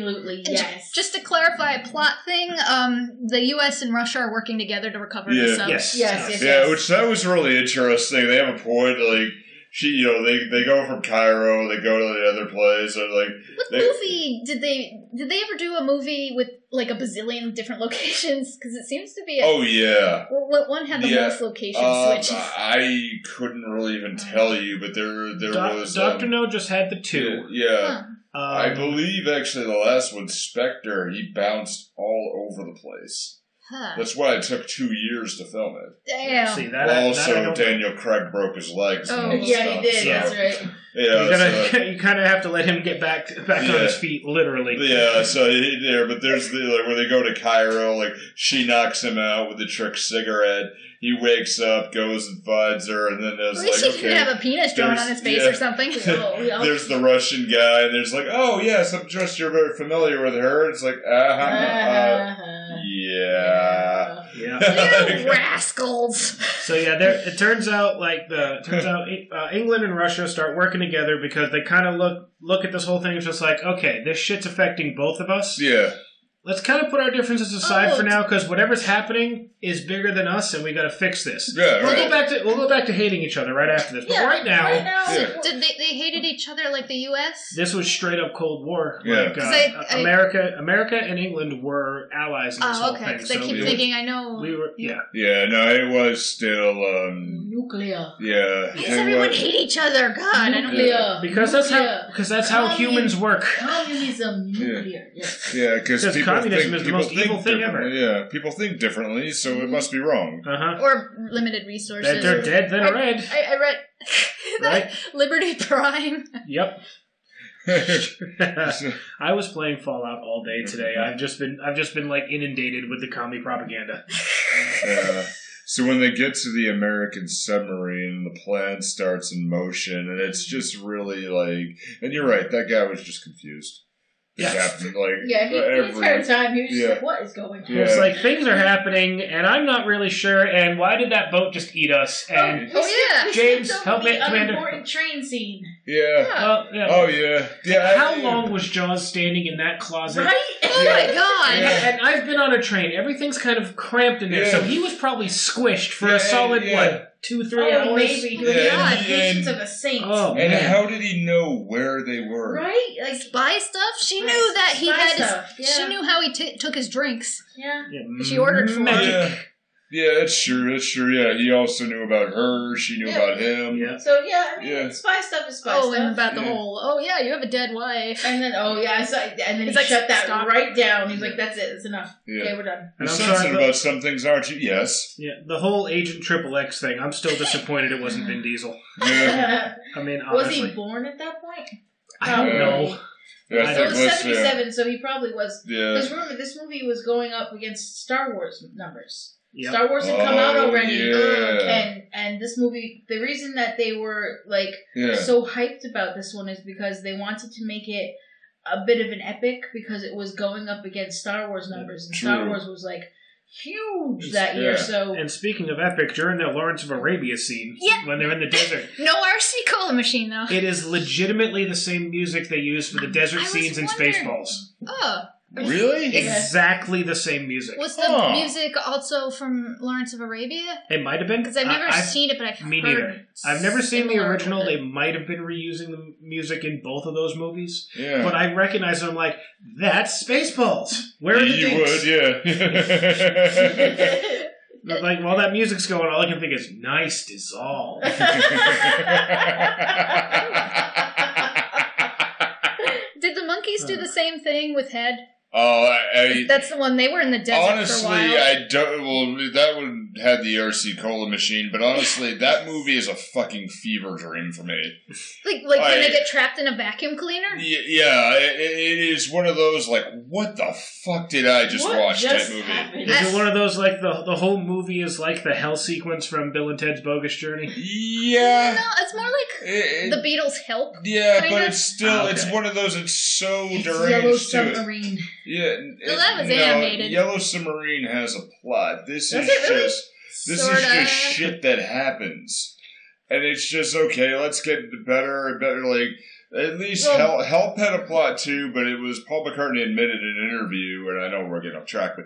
And ju-
yes.
Just to clarify a plot thing, um, the U.S. and Russia are working together to recover the
Yeah.
sub.
Yes.
Yes, yes.
Yeah, which that was really interesting. They have a point. Like she, you know, they they go from Cairo, they go to the other place, or like
What
They-
movie did they did they ever do a movie with like a bazillion different locations? Because it seems to be a,
oh yeah.
well, what one had the
Yeah.
most location
Um,
switches.
I couldn't really even tell you, but there there was
Doctor
um,
No just had the two.
Yeah,
Huh.
Um,
I believe actually the last one, Spectre, he bounced all over the place.
Huh.
That's why it took two years to film it.
Damn.
See that? I- that I
also,
don't-
Daniel Craig broke his legs. and
Oh.
all this
yeah, he
stuff,
did.
so-
That's right.
you,
Yeah, so,
gotta, you kind of have to let him get back back on
Yeah.
his feet, literally.
yeah. So he- there, but there's the like where they go to Cairo. Like she knocks him out with the trick cigarette. He wakes up, goes and finds her, and then
At
it's
least
like
he
okay.
didn't have a penis drawn
there's-
on his face
yeah.
or something.
Oh, yeah.
there's the Russian guy, and there's like, oh yes, I'm just you're very familiar with her. It's like, uh-huh, uh
Uh-huh.
yeah.
Yeah.
you rascals.
So yeah, there, it turns out like the turns out uh, England and Russia start working together because they kind of look look at this whole thing just like okay, this shit's affecting both of us.
Yeah,
Let's kind of put our differences aside
Oh,
for now because whatever's happening is bigger than us, and we got to fix this.
yeah,
We'll
right.
go back to we'll go back to hating each other right after this. But
Yeah,
right now,
Right now,
Yeah.
Did they, they hated each other like the U.S.?
this was straight up Cold War.
Yeah.
Like, uh,
'Cause I- I-
America, America and England were allies in this
Oh,
whole
okay.
thing.
Because
so
I keep
we,
thinking I know.
we were yeah.
Yeah, no, it was still, um,
nuclear.
yeah.
Why does
it
everyone
was-
hate each other? God, I don't.
Nuclear.
Because that's how
Nuclear.
because that's
Um,
how
Communism.
humans work.
communism. Nuclear. Yes.
yeah, because
'Cause
people
communism
think,
is the
people
most
think
evil thing ever.
differently, Yeah, people think differently, so
Mm-hmm.
it must be wrong.
Uh huh.
Or limited resources.
That they're dead, then
I-
red.
I, I read that
Right?
Liberty Prime.
Yep.
yeah,
I was playing Fallout all day today. I've just been I've just been like inundated with the commie propaganda.
so when they get to the American submarine, the plan starts in motion, and it's just really like, and you're right, that guy was just confused.
Yes.
happened like
Yeah, he, the
every
entire time he was just
yeah.
like, "What is going on?"
Yeah.
It's like things are happening, and I'm not really sure. And why did that boat just eat us? And
Oh, yeah.
we skipped
James,
over
help
the
it, Commander.
unimportant train scene,
yeah.
well, yeah.
Oh yeah. Yeah. I-
How long was Jaws standing in that closet?
right?
Oh my god!
And,
Yeah.
and I've been on a train. Everything's kind of cramped in there,
Yeah.
so he was probably squished for
Yeah,
a solid
yeah.
what two, three
oh,
hours.
maybe he was
Yeah,
not
and-
patience of a saint,
Oh
And
man.
how did he know where they were?
right? Like,
Spy stuff. She knew that he
Spy
had. His,
stuff, yeah.
She knew how he t- took his drinks.
yeah,
Yeah,
She ordered for
magic.
Yeah. Yeah, that's true. That's true. Yeah, he also knew about her. She knew
Yeah.
about him.
Yeah.
So yeah, I mean,
Yeah.
spy stuff is spy
Oh,
stuff.
and about the
Yeah.
whole. Oh yeah, you have a dead wife.
And then oh yeah, I saw, and then
He's
he
like,
shut that
"Stop."
right down. He's like, "That's it. It's enough.
Yeah.
Okay, we're done."
You're
And I'm
sensitive
sorry,
about
but,
some things, aren't you? Yes.
yeah, the whole Agent Triple X thing. I'm still disappointed it wasn't Vin Diesel.
Yeah.
I mean,
was
honestly,
he born at that point?
I don't
Yeah.
know.
Yeah, I
I
So it
think
was
let's, uh,
seventy-seven, so he probably was.
Yeah.
Because remember, this movie was going up against Star Wars numbers.
Yep.
Star Wars had come out
Oh,
already,
yeah.
and and this movie, the reason that they were like
Yeah.
so hyped about this one is because they wanted to make it a bit of an epic because it was going up against Star Wars numbers, and Star
True.
Wars was like huge that year.
Yeah.
So
And speaking of epic, during the Lawrence of Arabia scene,
Yeah.
when they're in the desert,
No RC cola machine though.
it is legitimately the same music they use for the desert
I was
scenes in
wondering.
Spaceballs.
Oh,
really?
Yeah.
Exactly the same music.
was the
Huh.
music also from Lawrence of Arabia?
It might have been
Because I've never
I, have
seen it, but I've
me
heard
neither. I've never seen the
similar
original.
of
They
it.
might have been reusing the music in both of those movies,
Yeah.
but I recognize. It, I'm like, that's Spaceballs. Where are the
you
dinks?
would, yeah.
And I'm Like while that music's going, all I can think is nice dissolve.
Did the monkeys do the same thing with head?
oh, I, I
That's the one they were in the desert for a
honestly,
while.
I don't. Well, that one had the RC cola machine, but honestly, that movie is a fucking fever dream for me.
like like when
I-
they get trapped in a vacuum cleaner.
Y- yeah, it, it is one of those like, what the fuck did I just
What
watch
just
that movie?
happened?
Is it one of those like the the whole movie is like the hell sequence from Bill and Ted's Bogus Journey?
Yeah,
No, it's more like
it- it-
the Beatles help.
yeah,
kinda-
but it's still it's
Okay.
one of those. It's so
It's Yellow
deranged to it.
Submarine.
Yeah, it-
Well, that was
no,
animated.
Yellow Submarine has a plot. This
Does
is
it really?
just this
Sorta.
is just shit that happens, and it's just okay. Let's get better and better. Like at least
Well-
help help had a plot too, but it was Paul McCartney admitted in an interview, and I know we're getting off track, but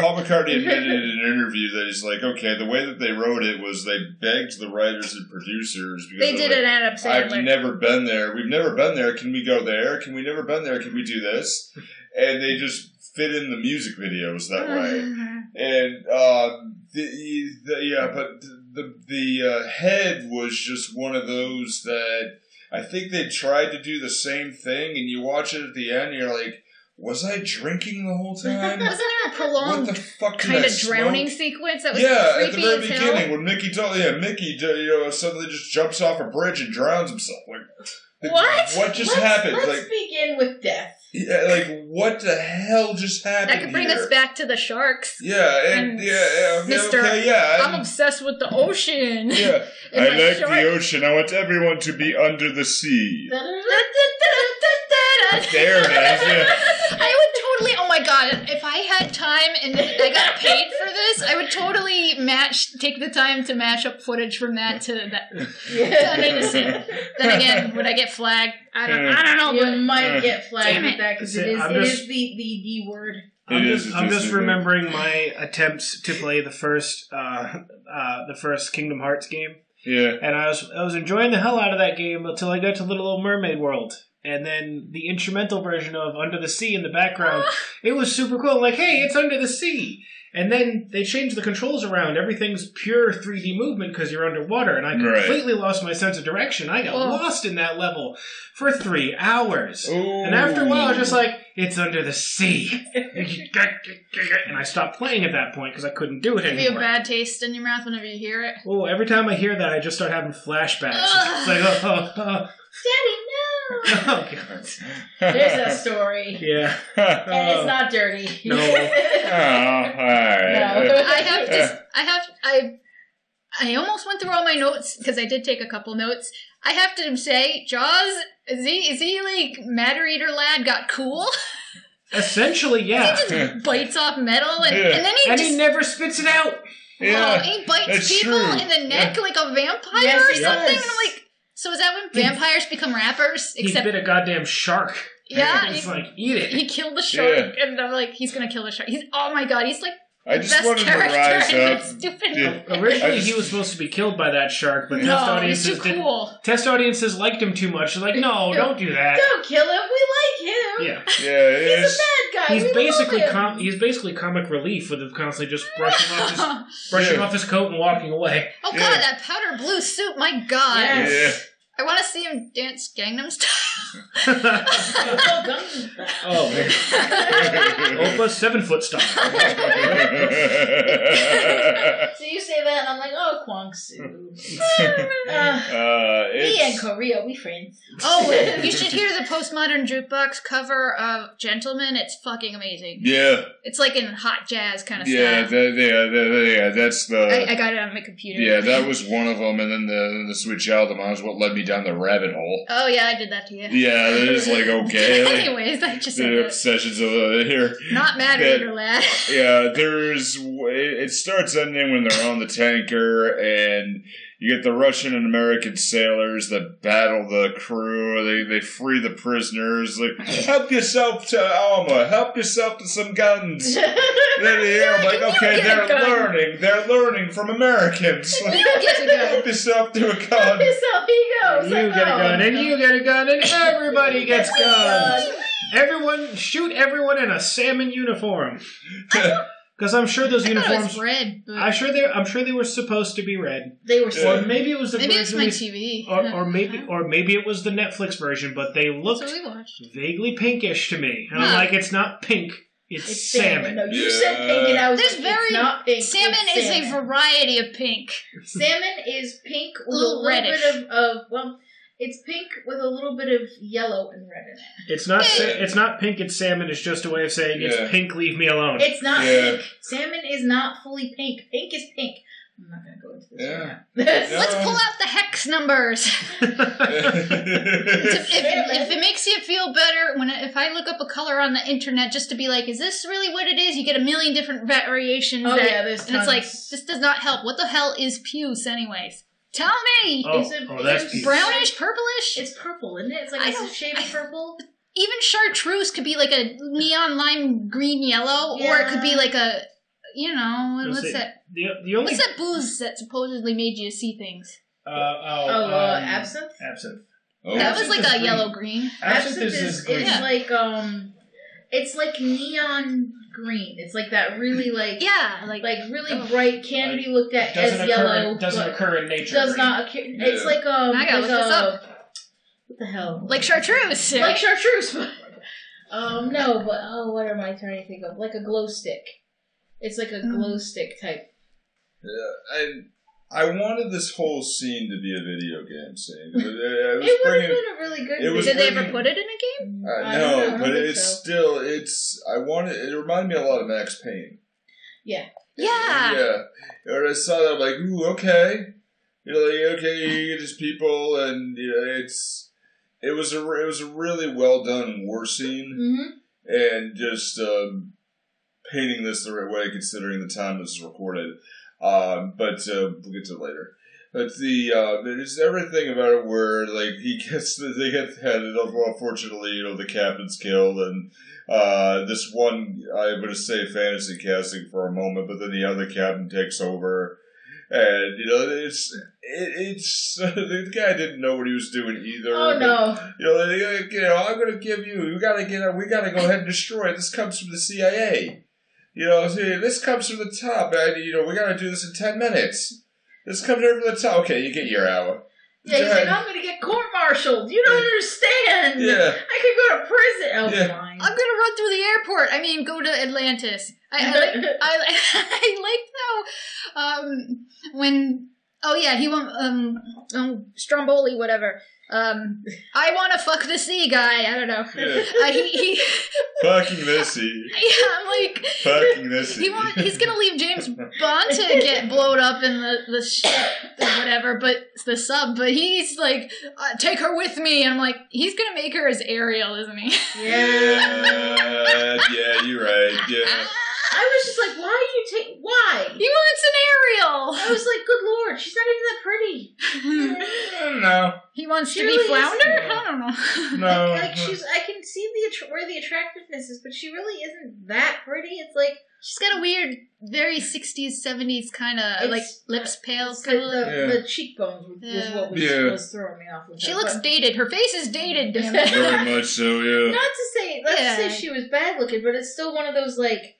Paul McCartney admitted in an interview that he's like, okay, the way that they wrote it was they begged the writers and producers because
They
they're
did an
like,
Adam
I've
Sandler.
never been there. We've never been there. Can we go there? Can we never been there? Can we do this? And they just fit in the music videos that
Uh-huh.
way. And um, the, the, yeah, but the the uh, head was just one of those that I think they tried to do the same thing. And you watch it at the end, you're like, was I drinking the whole time?
Wasn't there a
what the
prolonged
fuck? Did
kind
I
of drowning
smoke?
sequence that was
yeah, at the
creepy
very
as hell?
beginning when Mickey, told, yeah, Mickey, d- you know, suddenly just jumps off a bridge and drowns himself. Like, like,
What?
What just
let's,
happened?
Let's
Like,
begin with death.
yeah, like what the hell just happened?
That could bring
here?
us back to the sharks.
Yeah, and,
And
yeah, yeah,
Mr.
okay, yeah,
I'm
and-
obsessed with the ocean.
yeah.
In
I
my
like
short-
the ocean. I want everyone to be under the sea. There it is. Yeah.
I would totally. Oh my god! If I had time and I got paid for this, I would totally match. Take the time to match up footage from that to that. to
Yeah.
Under the Sea. Then again, would I get flagged? I don't. I don't know.
You
Oh, But
might get flagged
Damn
with
it.
that because
Sit,
it is,
I'm
it
just-
is the, the D word.
I'm
It
just,
is a
I'm just
Disney movie.
remembering my attempts to play the first uh, uh, the first Kingdom Hearts game,
yeah.
and I was I was enjoying the hell out of that game until I got to Little Old Mermaid World, and then the instrumental version of Under the Sea in the background. it was super cool. Like, hey, it's Under the Sea. And then they changed the controls around. Everything's pure 3D movement because you're underwater, and I
Right.
completely lost my sense of direction. I got
Oh.
lost in that level for three hours.
Ooh.
And after a while, I was just like, it's under the sea. and I stopped playing at that point because I couldn't do it
give you a
anymore.
bad taste in your mouth whenever you hear it.
Oh, every time I hear that, I just start having flashbacks.
Ugh.
It's like, oh, oh,
Daddy, no!
oh, oh God.
There's that story.
Yeah.
And it's
Oh.
not dirty.
No.
oh, all right.
No.
I have just I have I I almost went through all my notes because I did take a couple notes. I have to say, Jaws, is he, is he like Matter Eater Lad got cool?
Essentially, yeah.
bites off metal and,
Yeah.
and then he
And
just
he never spits it out.
oh,
Yeah.
he bites
that's
people
true.
in the neck like a vampire
Yes,
or
he
something.
does.
And I'm like, so is that when vampires become rappers?
He
Except
bit a goddamn shark.
yeah,
it's
he,
like eat it.
he killed the shark, and I'm like, he's gonna kill the shark. He's oh my god, he's like
I
the
just
best
wanted to rise
character in
up.
that stupid
Yeah.
Originally,
I just-
he was supposed to be killed by that shark, but test
No, it's
audiences
too
didn't.
cool.
Test audiences liked him too much. They're like, no, don't do that.
Don't kill him. We like him.
Yeah,
Yeah, it
He's
is.
a bad guy.
he's
we
basically
love him.
com- he's basically comic relief with him constantly just brushing off his
oh
brushing
Yeah.
off his coat and walking away.
god,
Yeah.
that powder blue suit, my god.
Yes.
Yeah.
I want to see him dance Gangnam
oh
Oh, God.
man,
Style.
Opa seven foot stop.
So you say that, and I'm like, oh, Kwang Soo.
uh,
Uh, me and
it's,
Korea, we friends.
oh, you should hear the postmodern jukebox cover of Gentleman. It's fucking amazing.
yeah,
It's like in hot jazz kind of
yeah,
style.
that, yeah, that, yeah, that's the.
I, I got it on my computer.
yeah, that was one of them, and then the, the Sweet Child of Mine is what led me down the rabbit hole.
Oh yeah, I did that to you.
Yeah, that is like okay. like,
Anyways, I just said
the
that.
obsessions of uh, here.
not mad
that-
at your lad.
Yeah, there's. It starts ending when they're on the tanker, and you get the Russian and American sailors that battle the crew. They they free the prisoners. Like help yourself to Alma. Help yourself to some guns. They're here. I'm like, okay,
get
they're
a gun.
learning. They're learning from Americans. Like,
You get to go.
help yourself to a
Help
gun.
yourself, he goes. oh,
You get a gun, and you get a gun, and everybody gets guns. Everyone shoot everyone in a salmon uniform. Because I'm sure those
I thought it was
uniforms.
red, but
I'm sure they. I'm sure they were supposed to be red,
They were
Yeah.
so
or maybe it was the
maybe it's my
originally-
TV.
or, or maybe or maybe it was the Netflix version, but they
That's
looked
what we watched.
vaguely pinkish to me, and I'm
Huh.
like, it's not pink, it's,
It's salmon.
salmon.
No, you
Yeah.
said pink, and I was
There's
like,
very-
it's not pink.
Salmon
it's
is
salmon.
a variety of pink.
Salmon is pink with a
Little
little,
reddish.
bit of, of well, it's pink with a little bit of yellow and red in it.
It's not. Sa-
Yeah.
it's not pink. It's salmon. It's just a way of saying
Yeah.
it's pink. Leave me alone.
It's not
Yeah.
pink. Salmon is not fully pink. Pink is pink. I'm not gonna go into this.
Yeah.
right now.
Let's
Uh,
pull out the hex numbers. if, if, if it makes you feel better, when I- if I look up a color on the internet just to be like, is this really what it is? You get a million different variations.
oh
that-
yeah, there's
and it's
tons.
like this does not help. What the hell is puce, anyways? Tell me.
oh,
it's a-
oh, that's
it's
cute.
brown-
Brownish, purplish.
it's purple, isn't it? It's
I
like it's a
don't-
shade of purple.
Even chartreuse could be like a neon lime green yellow, or it could be
Yeah.
like a, you know,
Let's
what's
see.
that?
The, the only
What's that booze that supposedly made you see things?
Uh, oh,
Oh, uh,
um,
absinthe.
Absinthe.
Oh,
that was like
Absinthe is
a
green.
yellow green.
Absinthe is,
is,
green.
yeah.
like um, it's like neon green. It's like that really like
Yeah, like,
like really
Oh.
bright, can be looked at
doesn't
as
occur.
yellow.
doesn't
but
occur in nature.
Does
green.
not occur. It's
Yeah.
like um,
I gotta
like
look this
a-
up.
What the hell?
like chartreuse.
Like chartreuse. um, no, but oh, what am I trying to think of? Like a glow stick. It's like a
Mm.
glow stick type.
Yeah, I I wanted this whole scene to be a video game scene. It, it was
It would have
bringing-
been a really good.
it was
Did they
green.
ever put it in a game?
video.
I
I don't
know,
I
but
don't think
it's
so.
still it's. I wanted. It reminded me a lot of Max Payne.
Yeah.
Yeah. When I saw that, I'm like, ooh, okay. You know, like okay, you get these people, and you know, it's. It was a re- it was a really well done war scene,
Mhm.
and just um, painting this the right way considering the time this is recorded. Um, but uh, we'll get to it later. But the uh, there's everything about it where like he gets the, they get headed up. Well, unfortunately, you know the captain's killed, and uh, this one I'm gonna say fantasy casting for a moment, but then the other captain takes over, and you know it's it, it's the guy didn't know what he was doing either.
Oh
but-
no!
you know, they- they- you know, I'm gonna give you. We gotta get. We gotta go ahead and destroy it. This comes from the CIA. You know, see, this comes from the top. And, you know, we gotta do this in ten minutes. This comes right from the top. Okay, you get your hour.
Yeah, he's like,
Yeah.
I'm gonna get court-martialed. You don't understand.
Yeah,
I could go to prison.
Yeah.
Oh,
I'm
fine.
gonna run through the airport. I mean, go to Atlantis. I I, like- I, I liked how um, when Oh yeah, he won't. Um, um Stromboli, whatever. Um, I want to fuck the sea guy. I don't know.
Yeah.
Uh, he, he,
Fucking messy.
yeah, I'm like,
Fucking messy.
he want, he's gonna leave James Bond to get blown up in the the ship or whatever, but the sub. But he's like, uh, take her with me. And I'm like, he's gonna make her as Ariel, isn't he?
Yeah, yeah, you're right. Yeah.
I was just like, why are you taking? Why?
He wants
I was like, good lord, she's not even that pretty.
an Ariel.
No,
he wants
She
to be
really is-
Flounder. I don't know.
Oh, no.
Like she's, I can see the attr- where the attractiveness is, but she really isn't that pretty. It's like
She's got a weird, very '60s, '70s kind of like
It's-
lips pale.
the, the,
Yeah.
the cheekbones was, was what was,
Yeah.
was throwing me off. With
She
her,
looks
but-
dated. Her face is dated. Damn it.
Very much so, yeah.
not to say not
Yeah.
to say she was bad looking, but it's still one of those like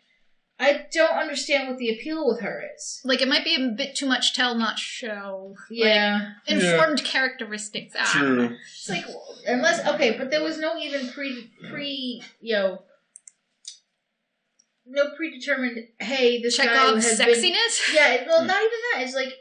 I don't understand what the appeal with her is.
like it might be a bit too much tell not show.
Yeah,
Like, informed characteristics. Ah.
True.
it's like well, unless okay, but there was no even pre pre you know no predetermined. Hey, this guy
Chekhov's
has
sexiness.
been yeah.
Hmm.
Well, not even that. It's like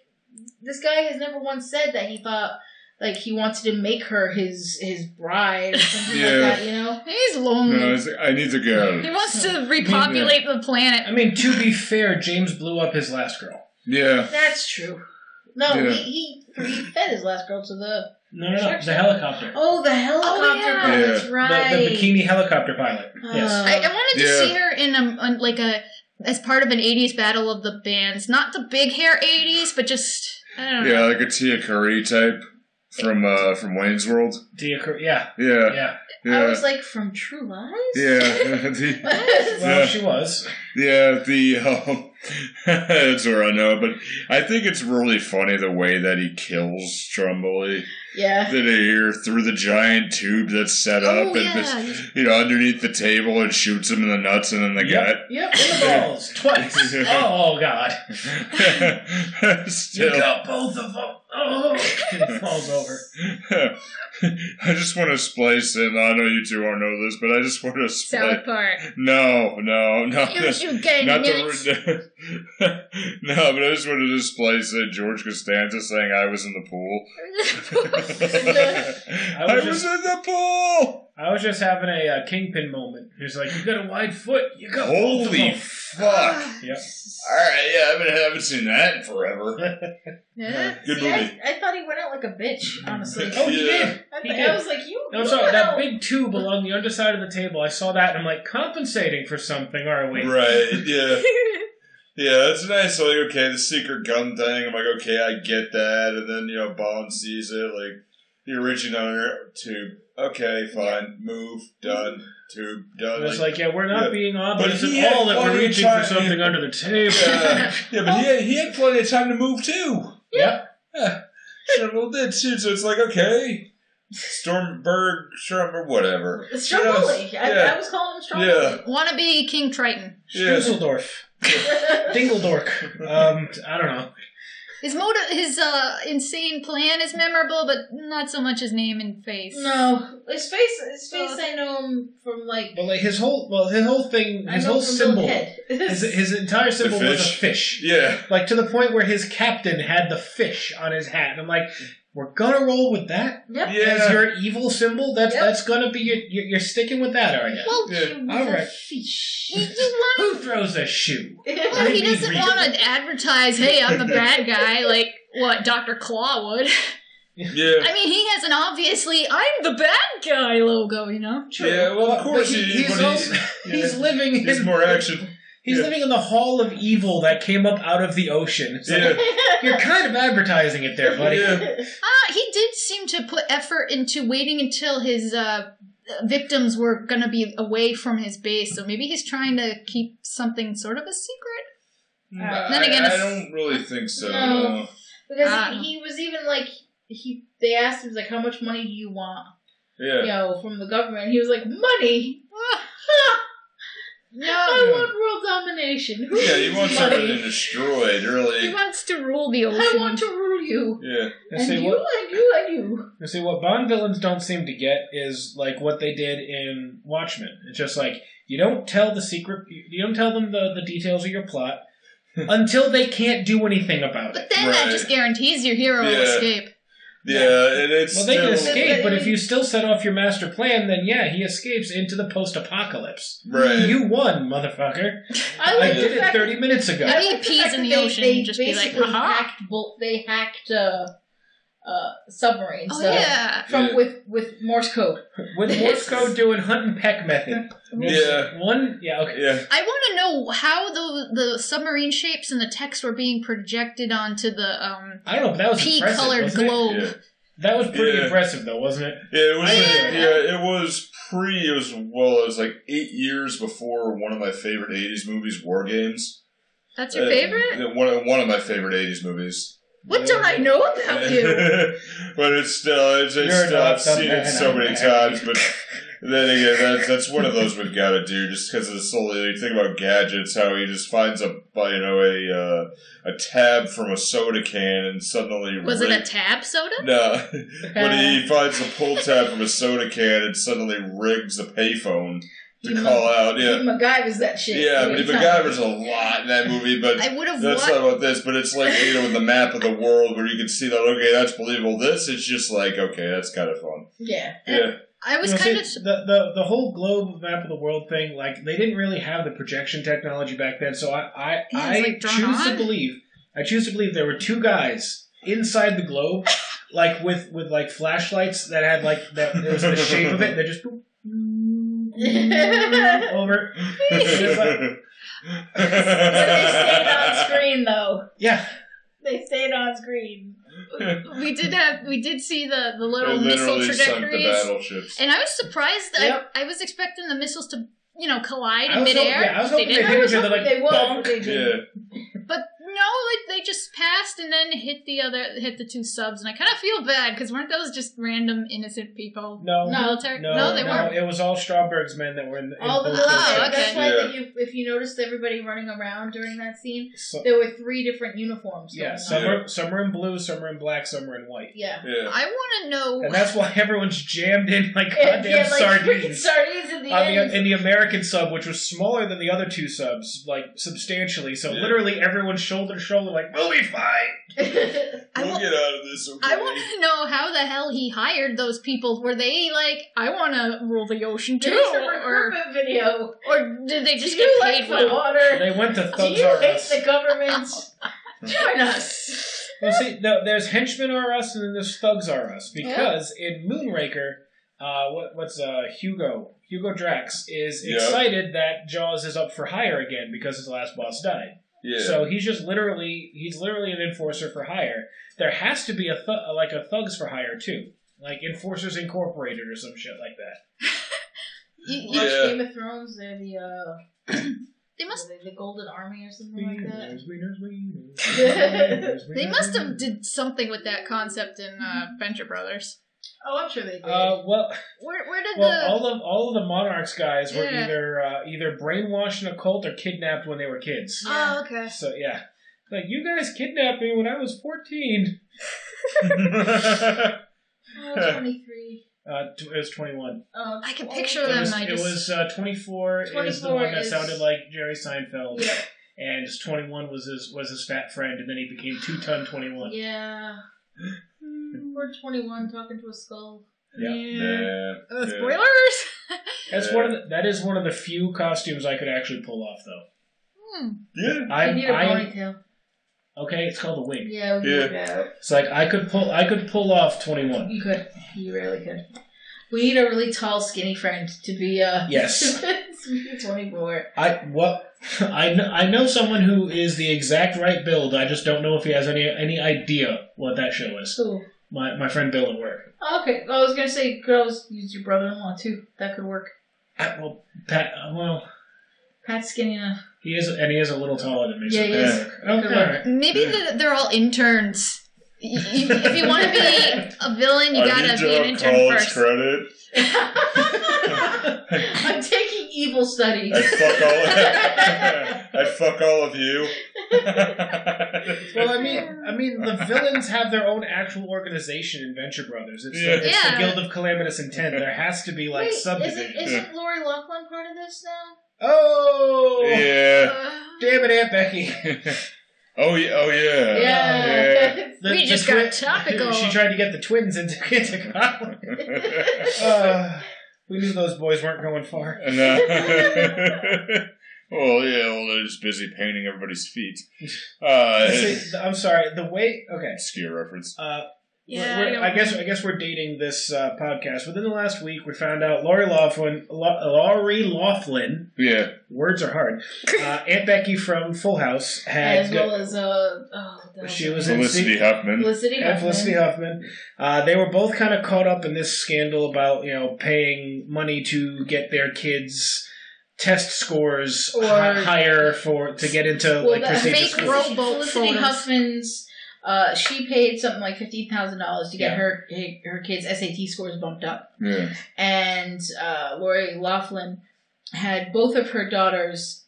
this guy has never once said that he thought like he wanted to make her his his bride or something
Yeah.
like that. You know.
He's lonely.
No, it's, I need to
he
go.
wants to repopulate the
I
planet.
mean, to be fair, James blew up his last girl.
Yeah.
That's true. No,
Yeah.
he, he he fed his last girl to the
No, no, no,
Sure.
the helicopter.
Oh, the helicopter
Oh, yeah.
girl.
Yeah.
That's right.
The, the bikini helicopter pilot. yes.
Uh,
I, I wanted to
Yeah.
see her in a, on, like a as part of an '80s battle of the bands, not the big hair '80s, but just I don't know.
Yeah, like a Tia Curry type from uh from Wayne's World.
Dia Cor- yeah,
Yeah.
yeah.
I
Yeah.
was like, from True Lies?
Yeah. the,
Well,
Yeah.
she was.
yeah, the um that's where I know, but I think it's really funny the way that he kills Stromboli.
yeah.
That here through the giant tube that's set up
Oh
and
yeah,
just, you know, underneath the table and shoots him in the nuts and in the
Yep.
gut.
Yep.
In the balls, twice. Oh, God. You
Still,
got both of them. Oh, it falls over.
I just want to splice in. I know you two don't know this, but I just want to splice.
South Park.
No, no, no.
You two gay
Not
nuts.
the no, but I just wanted to displace uh, George Costanza saying I was in the pool. I was,
was just-
in the pool.
I was just having a uh, kingpin moment. He was like, "You got a wide foot. You got both of
Holy
them."
fuck!
Yep.
All right, yeah, I haven't, haven't seen that in forever.
Yeah.
Good
See,
movie.
I, I thought he went out like a bitch, honestly.
Oh, he Oh,
Yeah.
did. He
I, think-
did.
I was like, you.
No, I'm
you
sorry.
went
That
out-
big tube along the underside of the table. I saw that, and I'm like, compensating for something, are we?
Right, yeah. Yeah, it's nice. Like, okay, the secret gun thing. I'm like, okay, I get that. And then you know, Bond sees it. Like, the originator tube. Okay, fine. Move. Done. Tube.
I
Done.
was like, "Yeah, we're not
Yeah.
being
But
obvious
he
at all
had
that we're
plenty of
reaching for
time-
something under the table."
yeah, yeah, but he had, he had plenty of time to move too.
Yep.
Sherman did too. So it's like, okay, Stormberg, Sherman, whatever.
It's Stromboli. I,
Yeah.
I was calling him Stromboli.
Yeah,
Wanna be King Triton.
Yeah.
Schusseldorf. Dingledork. Um, I don't know.
His motive, his uh, insane plan is memorable, but not so much his name and face.
No, his face. His face.
Ugh.
I know him from like.
But like his whole, well, his whole thing,
I
his
know
whole
him from
symbol,
Head.
his, his entire symbol was a
fish.
fish.
yeah.
Like to the point where his captain had the fish on his hat. And I'm like, we're gonna roll with that
yep.
as
Yeah,
your evil symbol. That's
Yep.
that's gonna be your. You're, you're sticking with that, are you?
Well,
yeah.
He was
All
a
right.
fish.
you, you want.
Who throws a shoe?
Well, he
Maybe
doesn't
read.
want to advertise, "Hey, I'm the bad guy," like what Dr. Claw would.
yeah.
I mean, he has an obviously "I'm the bad guy" logo, you know.
Yeah, well, of
But
course he-
he's,
but he-
also, he's
yeah.
living in
He's more action.
He's
Yeah.
living in the hall of evil that came up out of the ocean. It's like,
Yeah,
You're kind of advertising it there, buddy.
yeah.
Ah, he did seem to put effort into waiting until his uh, victims were gonna be away from his base, so maybe he's trying to keep something sort of a secret. then
I-
again,
I,
it's-
don't really think so.
No. Because
I don't know.
he was even like he. They asked him like, "How much money do you want?"
Yeah.
You know, from the government. He was like, "Money."
Ah,
I
no,
want world domination. Who
Yeah, you
needs
want
money?
something destroyed,
he
really.
wants to rule the ocean.
I want to rule you.
Yeah.
And
and
see
you,
what
and you, and you.
and see what Bond villains don't seem to get is like what they did in Watchmen. It's just like you don't tell the secret, you don't tell them the, the details of your plot. until they can't do anything about it.
But then that
Right.
just guarantees your hero
Yeah.
will escape.
Yeah, and it's
Well, they can
still
escape, but if you still set off your master plan, then yeah, he escapes into the post-apocalypse.
right.
You won, motherfucker.
I
I
like
did
the
it
fact.
30 minutes ago.
I
I mean,
like the
peas
fact
in
that
the
they-
ocean,
They
just be like, "Uh-huh."
basically
"Haha."
hacked. bul- They hacked uh, uh, submarines.
Oh
uh,
yeah.
From
Yeah.
with with Morse code.
With Morse code doing hunt and peck method.
Yeah.
One, yeah, okay.
Yeah,
I want to know how the the submarine shapes and the text were being projected onto the um
I don't know, but that was
pea
impressive.
colored
wasn't it?
globe.
yeah,
That was pretty
Yeah.
impressive, though, wasn't it?
yeah. It was.
I-
like- yeah, it was pre. It was well. It was like eight years before one of my favorite '80s movies, War Games.
That's your
Uh,
favorite?
yeah, One of, one of my favorite '80s movies.
What don't I know about you?
but it's still. It's, it's
You're
still
not
I've seen
the
it so
man
many
I
times, but. Then again, that's, that's one of those we've got to do just because of the soul. You think about gadgets, how he just finds a you know a uh, a tab from a soda can and suddenly
Was it a
rig-
tab soda?
No, but he finds the pull tab from a soda can and suddenly rigs a payphone to
He
call out. Yeah,
He MacGyver's that shit.
yeah. But
Every time.
MacGyver's a lot in that movie, but
I would have
that's
watched.
not about this. But it's like you know with the map of the world where you can see that. Okay, that's believable. This it's just like okay, that's kind of fun.
Yeah.
Yeah,
I was
You know,
kind
see,
of.
the, the the whole globe map of the world thing. Like they didn't really have the projection technology back then, so I I,
Yeah,
I
it's, like, drawn
choose to
on.
believe I choose to believe there were two guys inside the globe, like with with like flashlights that had like that it was the shape of it. They just boop,
what
over.
just
like-
they stayed on screen though.
Yeah,
They stayed on screen.
We did have. We did see the the
They
little missile
literally sunk the
trajectories,
battleships.
and I was surprised. that
Yep.
I, I was expecting the missiles to you know collide
I
in
was hoping-
midair.
yeah, I was
they
hoping they
didn't.
hit
I was
each other,
hoping
like,
they would,
bonk.
but they didn't.
Yeah,
But no, like they just passed and then hit the other, hit the two subs, and I kind of feel bad because weren't those just random innocent people?
no, no,
military?
no,
No, they weren't.
It was all Strawberg's men that were in, the- in
All the
both
little
those
Oh,
shots.
okay.
That's why
Yeah.
that you, if you noticed everybody running around during that scene,
So,
there were three different uniforms.
yeah,
going
some
on.
Yeah.
are some are in blue, some are in black, some are in white.
Yeah.
yeah.
I want to know.
And that's why everyone's jammed in like goddamn
And yeah, like freaking
sardines.
sardines in the
On
end.
the, in the American sub, which was smaller than the other two subs, like substantially, so
Yeah.
literally everyone's shoulder to shoulder, like we'll be fine.
I
We'll
want.
get out of this. Okay.
I want to know how the hell he hired those people. Were they like, I want to rule the ocean too,
There's a
or
recruitment video.
or did they just
Do you
get
like
paid
the
well?
water?
They went to
Do
thugs
you
R
hate
us.
the government? Join us.
Well, see, no, there's henchmen R us and then there's thugs R us because in Moonraker, uh, what, what's uh, Hugo Hugo Drax is
Yeah.
excited that Jaws is up for hire again because his last boss died.
Yeah.
So he's just literally he's literally an enforcer for hire. There has to be a th- like a thugs for hire too, like Enforcers Incorporated or some shit like that.
You-
Watch
Yeah.
Game of Thrones. They're the uh,
They must.
the, the Golden Army or something like that.
They must have did something with that concept in uh, Venture Brothers.
Oh, I'm sure they did.
Uh, well,
Where where did
well,
the
all of all of the monarchs guys were
Yeah.
either uh, either brainwashed in a cult or kidnapped when they were kids.
oh okay.
So yeah, like you guys kidnapped me when I was fourteen.
oh, 23.
Uh, t- it was twenty one.
Oh,
I can
oh,
picture
It
them.
was,
I
it
just
was uh, twenty four. Is the
24
one that
is-
sounded like Jerry Seinfeld.
Yeah.
and his 21 was his was his fat friend, and then he became two ton 21.
Yeah. Hmm, We're 21 talking to a skull.
Yeah.
Nah.
Uh,
Yeah.
spoilers.
That's
Yeah.
one of the, that is one of the few costumes I could actually pull off, though.
Hmm.
Yeah.
I,
you need a
I
ponytail.
okay, it's called a wig.
Yeah, we
Yeah.
need that.
It's like I could pull I could pull off 21.
You could. You really could. We need a really tall, skinny friend to be, uh.
Yes,
to be 24.
I what. I know, I know someone who is the exact right build. I just don't know if he has any any idea what that show is.
So.
My my friend Bill at work.
Okay, I was gonna say, girls, use your brother in law too. That could work.
I, well, Pat. Well,
Pat's skinny enough.
he is, and he is a little taller than me. so-
Yeah, he is.
Okay, all right.
Maybe the, they're all interns. Y- y- if you want to be a villain, you
I
gotta
need to
be an
have
intern
college
first.
credit.
I'm taking evil studies.
I fuck all. I fuck all of you.
Well, I mean, I mean, the villains have their own actual organization in Venture Brothers. It's,
Yeah.
the, it's
Yeah.
the Guild of Calamitous Intent. There has to be like
Wait,
subdivisions.
isn't, isn't Lori Loughlin part of this now?
Oh,
yeah.
Uh,
Damn it, Aunt Becky.
oh yeah, oh yeah.
Yeah.
The-
We
the
just got
twin-
topical.
she tried to get the twins into into college. Uh, we knew those boys weren't going far.
And, uh, well, yeah. Well, they're just busy painting everybody's feet. Uh,
See, I'm sorry. The way okay.
obscure reference.
Uh,
Yeah,
We're-
I
we're-
don't-
I, guess I guess we're dating this uh, podcast. Within the last week, we found out Lori Laughlin, La- Lori Laughlin,
Yeah.
words are hard. Uh, Aunt Becky from Full House
As
had
well as uh, oh, that
she was in
Felicity Huffman.
Felicity
and
Huffman.
Felicity Huffman. Uh, they were both kind of caught up in this scandal about you know paying money to get their kids. Test scores
Or-
hi- higher for to get into
Well,
like
that
prestigious
fake
schools.
rope
Felicity
photos.
Huffman's. Uh, she paid something like fifteen thousand dollars to get
Yeah.
her her kids' SAT scores bumped up,
Yeah.
and uh, Lori Laughlin had both of her daughters'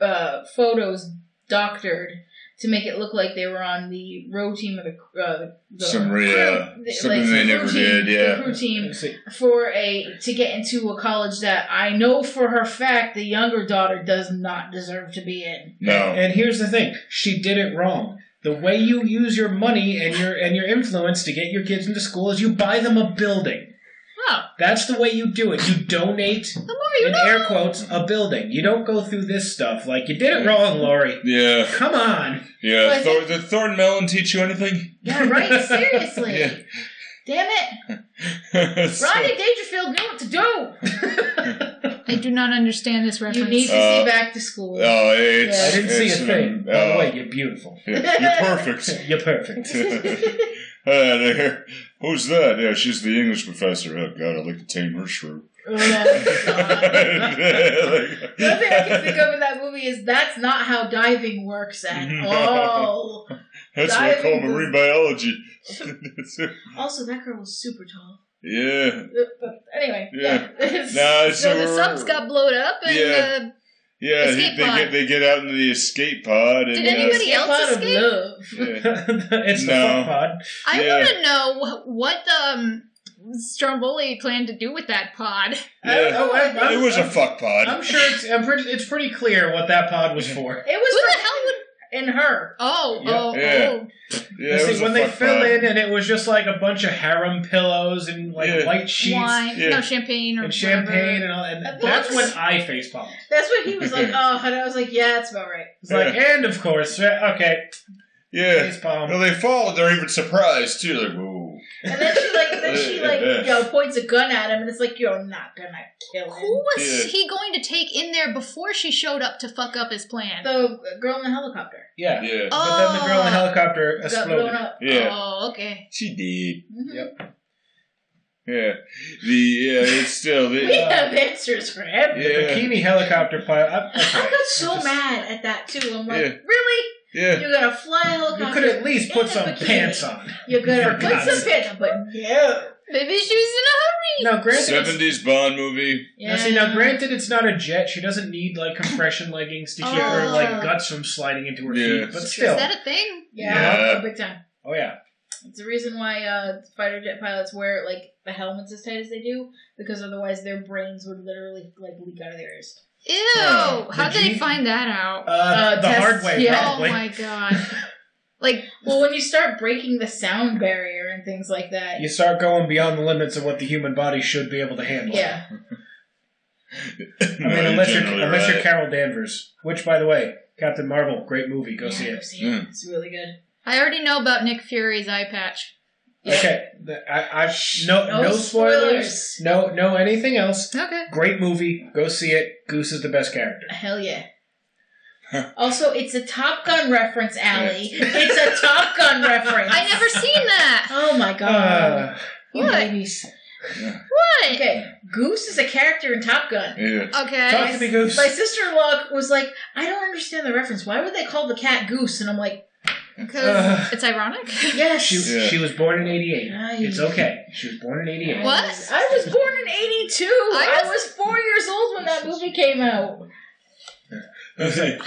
uh, photos doctored to make it look like they were on the row team of the, uh, the
Some re-
crew-
uh,
the-
something
the
they
crew
never
team-
did, yeah.
the crew team
See,
for a to get into a college that I know for her fact the younger daughter does not deserve to be in.
No.
And here's the thing: she did it wrong. The way you use your money and your and your influence to get your kids into school is you buy them a building.
Oh,
That's the way you do it. You donate,
the more you
in
know.
air quotes, a building. You don't go through this stuff like you did it wrong, Lori.
Yeah.
Come on.
Yeah.
Well, I
Thor- did Thorn Melon teach you anything?
Yeah, right. Seriously.
Yeah.
Damn it,
So-
Rodney Dangerfield knew what to do.
I do not understand this
You
reference.
need to
Uh,
see back to school.
Oh, it's.
Yeah.
I didn't see a
it's an-
thing. By the
oh,
way, you're beautiful.
yeah, You're perfect.
You're perfect.
Oh,
Hi there. Who's that? Yeah, she's the English professor. Oh God, I'd like to tame her shrew.
Oh, God. The only thing I can think
That's
of in that movie is that's not how diving works at
No.
all.
what I call
Diving
marine biology.
Also, that girl was super tall.
yeah.
Anyway,
Yeah.
yeah.
Nah, so,
so the
we're-
subs got blown up, and
Yeah.
uh,
yeah. He,
escape
they
pod.
get they get out into the escape pod. And,
Did
uh,
anybody-
Escape
else
out of
escape?
love.
yeah.
it's the
No.
fuck pod.
I
Yeah.
want to know wh- what um, Stromboli planned to do with that pod.
I don't
Yeah.
know, Oh, I- I'm-
it was a
I'm-
fuck pod.
I'm sure it's, I'm pretty, it's pretty clear what that pod was for.
It
Who
was
the hell would?
for in her.
Oh,
Yeah.
oh,
Yeah.
oh!
yeah, it
You
was
see,
a
when they
fuck
fill
pod.
in and it was just like a bunch of harem pillows and like
Yeah.
white sheets
Wine,
yeah.
no champagne or
and champagne
whatever.
and all and
That
that's when
looks-
I face pumped.
That's what he was like. Oh, and I was like, yeah, that's about right.
It's like, and of course, yeah, okay,
Yeah.
face palm.
Well, they fall. They're even surprised too. Like whoa.
And then she like, then she like, you know, points a gun at him, and it's like, you're not gonna kill
Who
him.
was
Yeah.
he going to take in there before she showed up to fuck up his plan?
The girl in the helicopter
Yeah.
Yeah.
But then the girl in the
Oh.
helicopter
got blown
exploded.
up.
Yeah.
Oh, okay.
She did.
Mhm.
Yep.
Yeah. The yeah. It's still. The,
We have answers for everything.
The
Yeah.
bikini helicopter pilot. I,
I
okay.
got so
Just-
mad at that too. I'm like,
Yeah.
really?
Yeah.
You're gonna fly a helicopter?
You could at least put
in a
some
bikini.
pants on.
You're gonna
For
put
God's
some pants, but no.
Maybe she was in a hurry.
Now, granted, it's,
Seventies Bond movie.
now, see, now granted, it's not a jet. She doesn't need like compression leggings to keep her
Oh.
like guts from sliding into her
Yeah.
feet. But
Is
still,
that a thing?
Yeah,
Yeah.
big time.
oh yeah,
It's the reason why uh, fighter jet pilots wear like the helmets as tight as they do because otherwise their brains would literally like leak out of their ears.
Ew!
Huh.
How
Did
did they
you-
find that out?
uh,
Uh,
the
tests-
hard way
yeah.
probably.
Oh my god! like
Well, when you start breaking the sound barrier and things like that,
you start going beyond the limits of what the human body should be able to handle.
yeah,
I mean, unless you're unless you're Carol Danvers, which, by the way, Captain Marvel, great movie. Go see
Yeah,
it.
I've seen it.
Mm.
It's really good.
I already know about Nick Fury's eye patch.
Yeah.
Okay, the- I, I no
No
no, spoilers. No no anything else.
Okay.
Great movie. Go see it. Goose is the best character.
Hell yeah. also, it's a Top Gun reference, Allie. it's a Top Gun reference.
I never seen that.
Oh my god.
Uh,
You
What?
babies.
What?
Okay, Goose is a character in Top Gun.
yeah.
Okay.
talk to me, Goose.
My sister in law was like, I don't understand the reference. Why would they call the cat Goose? And I'm like,
Because
Ugh.
it's ironic.
yes.
She,
Yeah.
she was born in '88.
Nice.
It's okay. She was born in '88.
What?
I was born in 82. I
I
was,
was-
four years old when that movie came out. Goose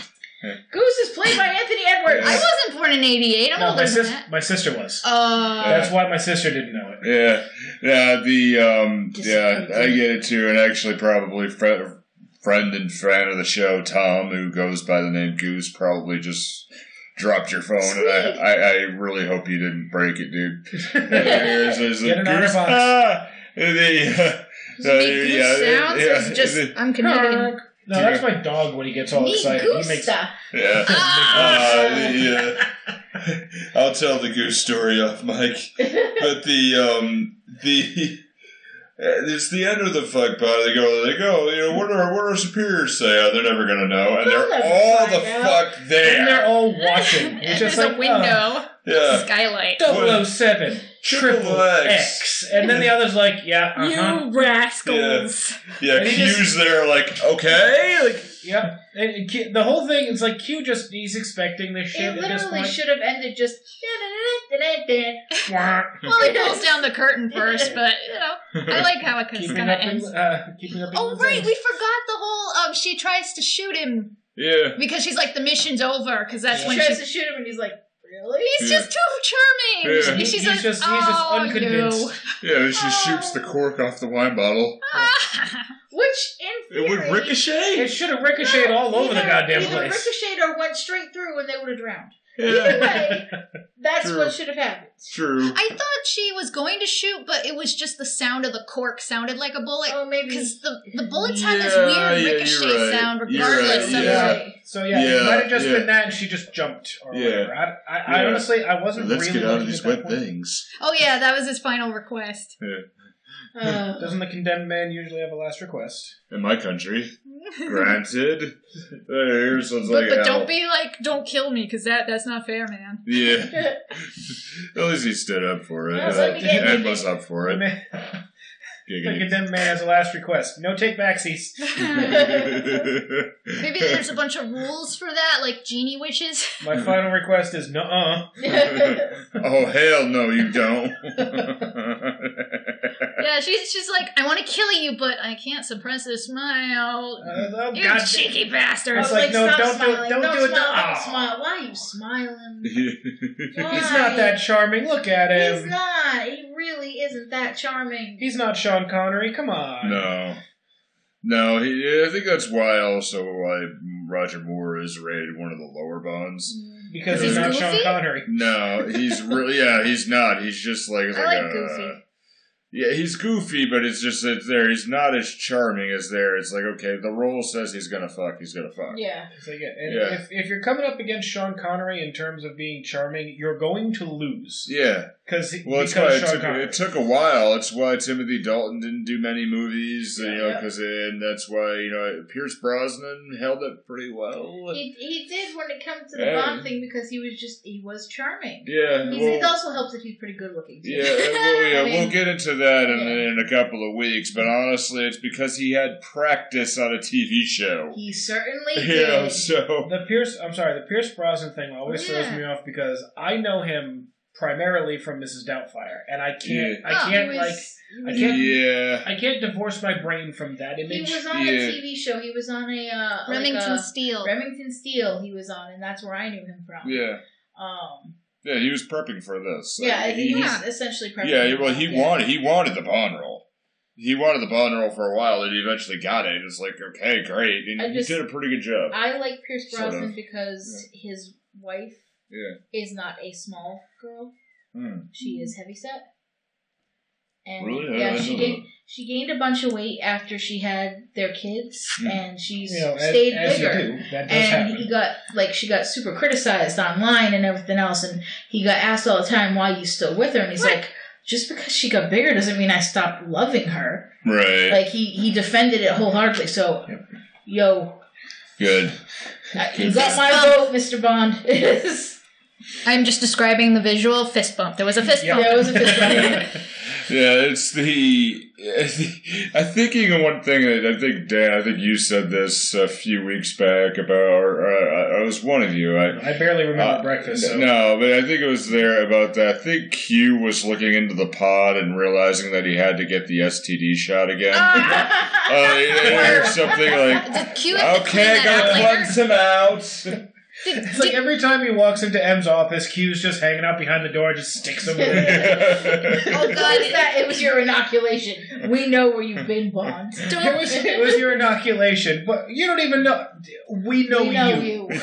is played by Anthony Edwards.
I wasn't born in '88. I'm
No,
older
my
than
sister.
that.
My sister was.
Uh,
That's why my sister didn't know it.
yeah, yeah. The um, yeah,
Disappointing.
I get it too, and actually probably fr- friend and fan of the show, Tom, who goes by the name Goose, probably just dropped your phone, and
Sweet.
I, I, I really hope you didn't break it, dude. There's- there's a
Get an honor
goose-
box.
Ah! The, uh,
Does it
uh,
make goose
yeah,
sounds? or is it
yeah,
just
the-
I'm Canadian.
No, that's my dog when he gets all
Meet
excited. Oh, He makes
Gusta.
yeah.
Ah!
Uh, the, uh, I'll tell the goose story off Mike, but the um the uh, it's the end of the fuck pod. They go, they go. You know what our what our superiors say? Oh, they're never gonna know, and
They'll
they're
never
all the
find out.
fuck
and
there.
they're all watching.
And
It's
there's
just like uh,
a window
Yeah,
skylight.
oh, 007, triple
Triple X.
X. And then the other's like, yeah, uh huh.
You rascals!
yeah.
And he just-
Q's there, like okay, like
Yep. And it- Q- the whole thing is like Q just he's expecting this shit
It
at this
literally
point.
should have ended just.
Well, he pulls down the curtain first, but you know, I like how it kind
keeping
of
up, in,
ends.
uh, keeping up.
Oh
England's
right,
ends.
we forgot the whole. Um, she tries to shoot him
yeah.
because she's like the mission's over because that's
Yeah.
when
She tries
she.
to shoot him, and he's like, "Really?"
He's just too charming.
Yeah.
And
He-
she's
he's
like,
just- he's just
oh,
unconvinced."
Yeah, and she shoots the cork off the wine bottle.
you.
Which in
It
theory,
would ricochet.
It should have ricocheted all over the
either-
goddamn
either
place.
ricocheted or went straight through, and they would have drowned. Either
Yeah,
way, that's
True.
what should have happened.
true.
I thought she was going to shoot, but it was just the sound of the cork sounded like a bullet
Oh, maybe.
because the the bullets had this
Yeah,
weird
yeah, you're
ricochet
right.
sound,
You're right,
regardless of.
yeah.
So yeah, it
Yeah,
might have just
yeah.
been that, and she just jumped. Or
Yeah.
whatever. I, I, I
Yeah.
honestly, I wasn't.
Let's
really
get out
looking
of these
at that
wet
point.
things.
Oh yeah, that was his final request.
Uh,
Doesn't the condemned man usually have a last request?
in my country. Granted, there's it's
But,
like
but
oh,
don't be like, don't kill me, because that that's not fair, man.
yeah. At least he stood up for it.
Yeah, it's
Uh,
like the-
and was up for it.
Man- the
Giggity.
condemned man has a last request. No take backsies.
Maybe there's a bunch of rules for that, like genie wishes.
My
Hmm.
final request is no. uh
oh hell no, you don't.
yeah, she's she's like, I want to kill you, but I can't suppress this smile.
Oh
You
God! Oh,
cheeky bastards!
It's like, no,
Oh, stop
don't do it,
smiling,
don't do it,
smile,
don't-
Don't
Aw.
smile. Why are you smiling? Why?
He's not that charming. Look at him.
He's not. He really isn't that charming.
He's not Sean Connery. Come on.
no. No, he, I think that's why also why Roger Moore is rated one of the lower bonds.
Because he's
Is
not
he
Sean
goofy?
Connery.
No, he's really yeah, he's not. He's just like like,
I like
a-
Goofy.
Yeah, he's goofy, but it's just it's there. He's not as charming as there. It's like okay, the role says he's gonna fuck. He's gonna fuck.
Yeah.
It's like, and
Yeah.
if, if you're coming up against Sean Connery in terms of being charming, you're going to lose.
Yeah.
Cause,
Well, it's
because
why it
Sean
took,
Connery.
it took a while. It's why Timothy Dalton didn't do many movies, you know,
Yeah.
because and that's why you know Pierce Brosnan held it pretty well.
He, he did when it comes to the
Yeah.
Bond thing because he was just he was charming.
yeah.
He's,
well,
it also helps that he's pretty good looking. too.
Yeah, well, yeah,
I mean-
we'll get into that in,
Yeah.
in a couple of weeks. But honestly, it's because he had practice on a TV show.
He certainly
Yeah,
did.
so
The Pierce, I'm sorry, the Pierce Brosnan thing always
Yeah.
throws me off because I know him primarily from Mrs. Doubtfire, and I can't,
Yeah.
I
Oh,
can't
he
like,
was,
I
he was,
can't-
yeah,
I can't divorce my brain from that
he
image.
was on
Yeah.
a TV show. He was on a uh,
Remington
like
Steele.
a, Remington Steele. He was on, and that's where I knew him from.
yeah.
Um.
Yeah, he was prepping for this. Uh,
yeah, I think
he,
he's essentially prepping.
yeah. Well, he
Yeah.
wanted he wanted the Bond role. He wanted the Bond role for a while, and he eventually got it. It's like okay, great. And
I
he
just-
did a pretty good job.
I like Pierce
Sort of.
Brosnan because his wife
Yeah.
is not a small girl.
Hmm.
She is heavy set. And
Really? Uh, I-
yeah,
I
she
don't
gained she gained a bunch of weight after she had their kids,
Hmm.
and she's
you know, as,
stayed
as you do,
bigger.
that does
and
happen.
he got like she got super criticized online and everything else and he got asked all the time why you still with her and he's
Right.
like just because she got bigger doesn't mean i stopped loving her
Right.
like he he defended it wholeheartedly so yo
good.
I- you got my vote mr bond there
I'm just describing the visual fist bump. There was a fist
Yep.
bump.
was a fist bump.
yeah, it's the. I think even one thing that I think Dan, I think you said this a few weeks back about. Or, uh, I was one of you. I,
I barely remember
Uh,
breakfast. So.
No, but I think it was there about that. I think Q was looking into the pod and realizing that he had to get the STD shot again. uh, or something like,
Did Q have to clean
okay,
that
gotta
out
plug
later?
some out.
Did,
It's like
did-
every time he walks into M's office, Q's just hanging out behind the door, just sticks him. with it.
yeah.
oh god,
It was that- it was your inoculation. We know where you've been, Bond.
It was, it was your inoculation, but you don't even know. We know,
we know
you.
you. we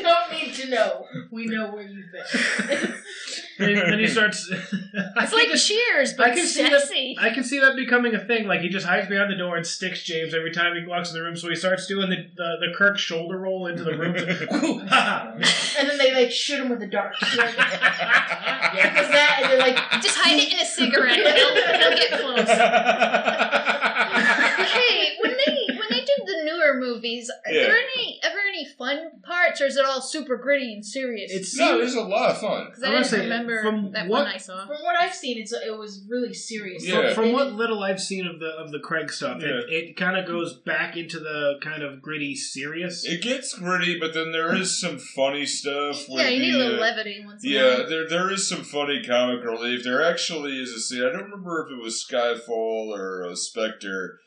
don't need to know. We know where you've been.
And then he starts. I
It's
can
like
just-
Cheers,
I
but
can see
sexy.
I can see that becoming a thing. Like he just hides behind the door and sticks James every time he walks in the room. So he starts doing the the, the Kirk shoulder roll into the room. Ooh, ha, ha.
and then they like shoot him with a dart. Like, because that, and they're like,
just hide it in a cigarette. It'll, it'll get close. Hey, when they when they did the newer movies, are there any ever any fun parts, or is it all super gritty and serious?
It
no,
seems
there's a lot of fun.
because I
I
didn't
wanna say,
remember
from
that
what-
one I saw.
from what I've seen, it's it was really serious.
Yeah.
Like,
from
they
what
didn't-
little I've seen of the of the Craig stuff, it, it kind of goes back into the kind of gritty, serious.
It gets gritty, but then there is some funny stuff. With
Yeah, you need a
the,
little
uh,
levity once in a
Yeah,
while.
there there is some funny comic relief. There actually is a scene. I don't remember if it was Skyfall or uh, Spectre,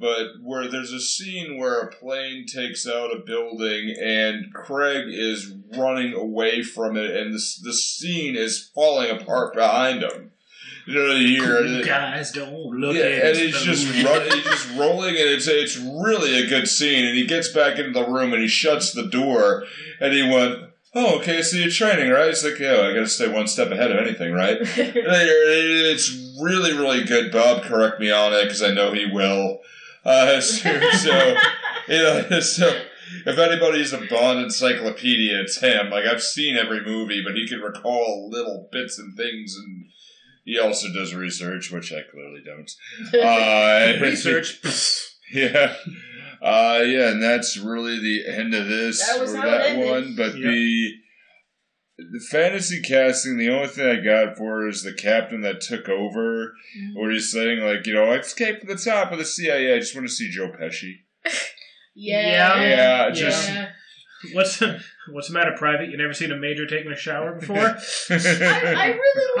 but where there's a scene where a plane takes out a building and Craig is running away from it, and this the scene is falling apart behind him. You know, you hear
You
it.
guys don't look
Yeah,
at
and
us,
he's
though.
just run, he's just rolling, and it's it's really a good scene. And he gets back into the room, and he shuts the door, and he went, "Oh, okay, so you're training, right?" It's like, "Yeah, I got to stay one step ahead of anything, right?" And it- it's really, really good. Bob, correct me on it because I know he will. Uh, so, so you know, so if anybody's a Bond encyclopedia, it's him. Like I've seen every movie, but he can recall little bits and things and. He also does research, which I clearly don't. Uh,
research.
yeah. Uh, yeah, and that's really the end of this
That was
or
how it
that
ended.
one. But
Yeah.
the the fantasy casting, the only thing I got for is the captain that took over,
Mm-hmm.
where he's saying like, you know, I escaped to the top of the CIA. I just want to see Joe Pesci.
yeah,
Yeah, just
Yeah.
what's what's the matter, Private? You never seen a major taking a shower before?
I, I really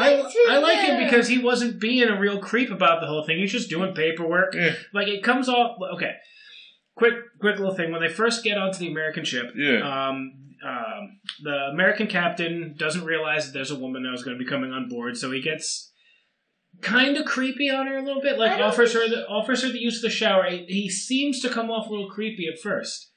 I,
liked it.
I like
yeah.
it because he wasn't being a real creep about the whole thing. He's just doing paperwork.
Yeah.
Like it comes off okay. Quick quick little thing. When they first get onto the American ship,
yeah,
um, um, the American captain doesn't realize that there's a woman that was going to be coming on board, so he gets kind of creepy on her a little bit.
I
Like
don't
offers her the offers her the use of the shower. He, he seems to come off a little creepy at first,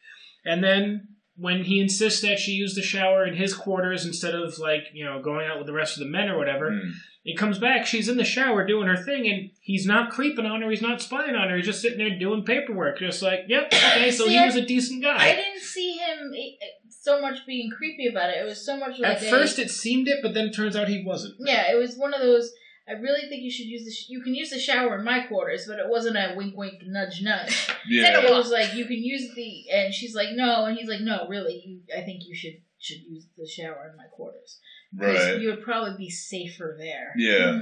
and then when he insists that she use the shower in his quarters instead of like you know going out with the rest of the men or whatever,
Hmm.
it comes back. She's in the shower doing her thing, and he's not creeping on her. He's not spying on her. He's just sitting there doing paperwork, just like yep, okay, so
See,
he
I-
was a decent guy.
I didn't see him eh, eh, so much being creepy about it. It was so much like
At
a-
first, it seemed it, but then it turns out he wasn't.
yeah, it was one of those. I really think you should use the. Sh- you can use the shower in my quarters, but it wasn't a wink, wink, nudge, nudge.
yeah.
It was like you can use the, and she's like no, and he's like no, really, you, I think you should should use the shower in my quarters. 'Cause
Right.
You would probably be safer there.
Yeah.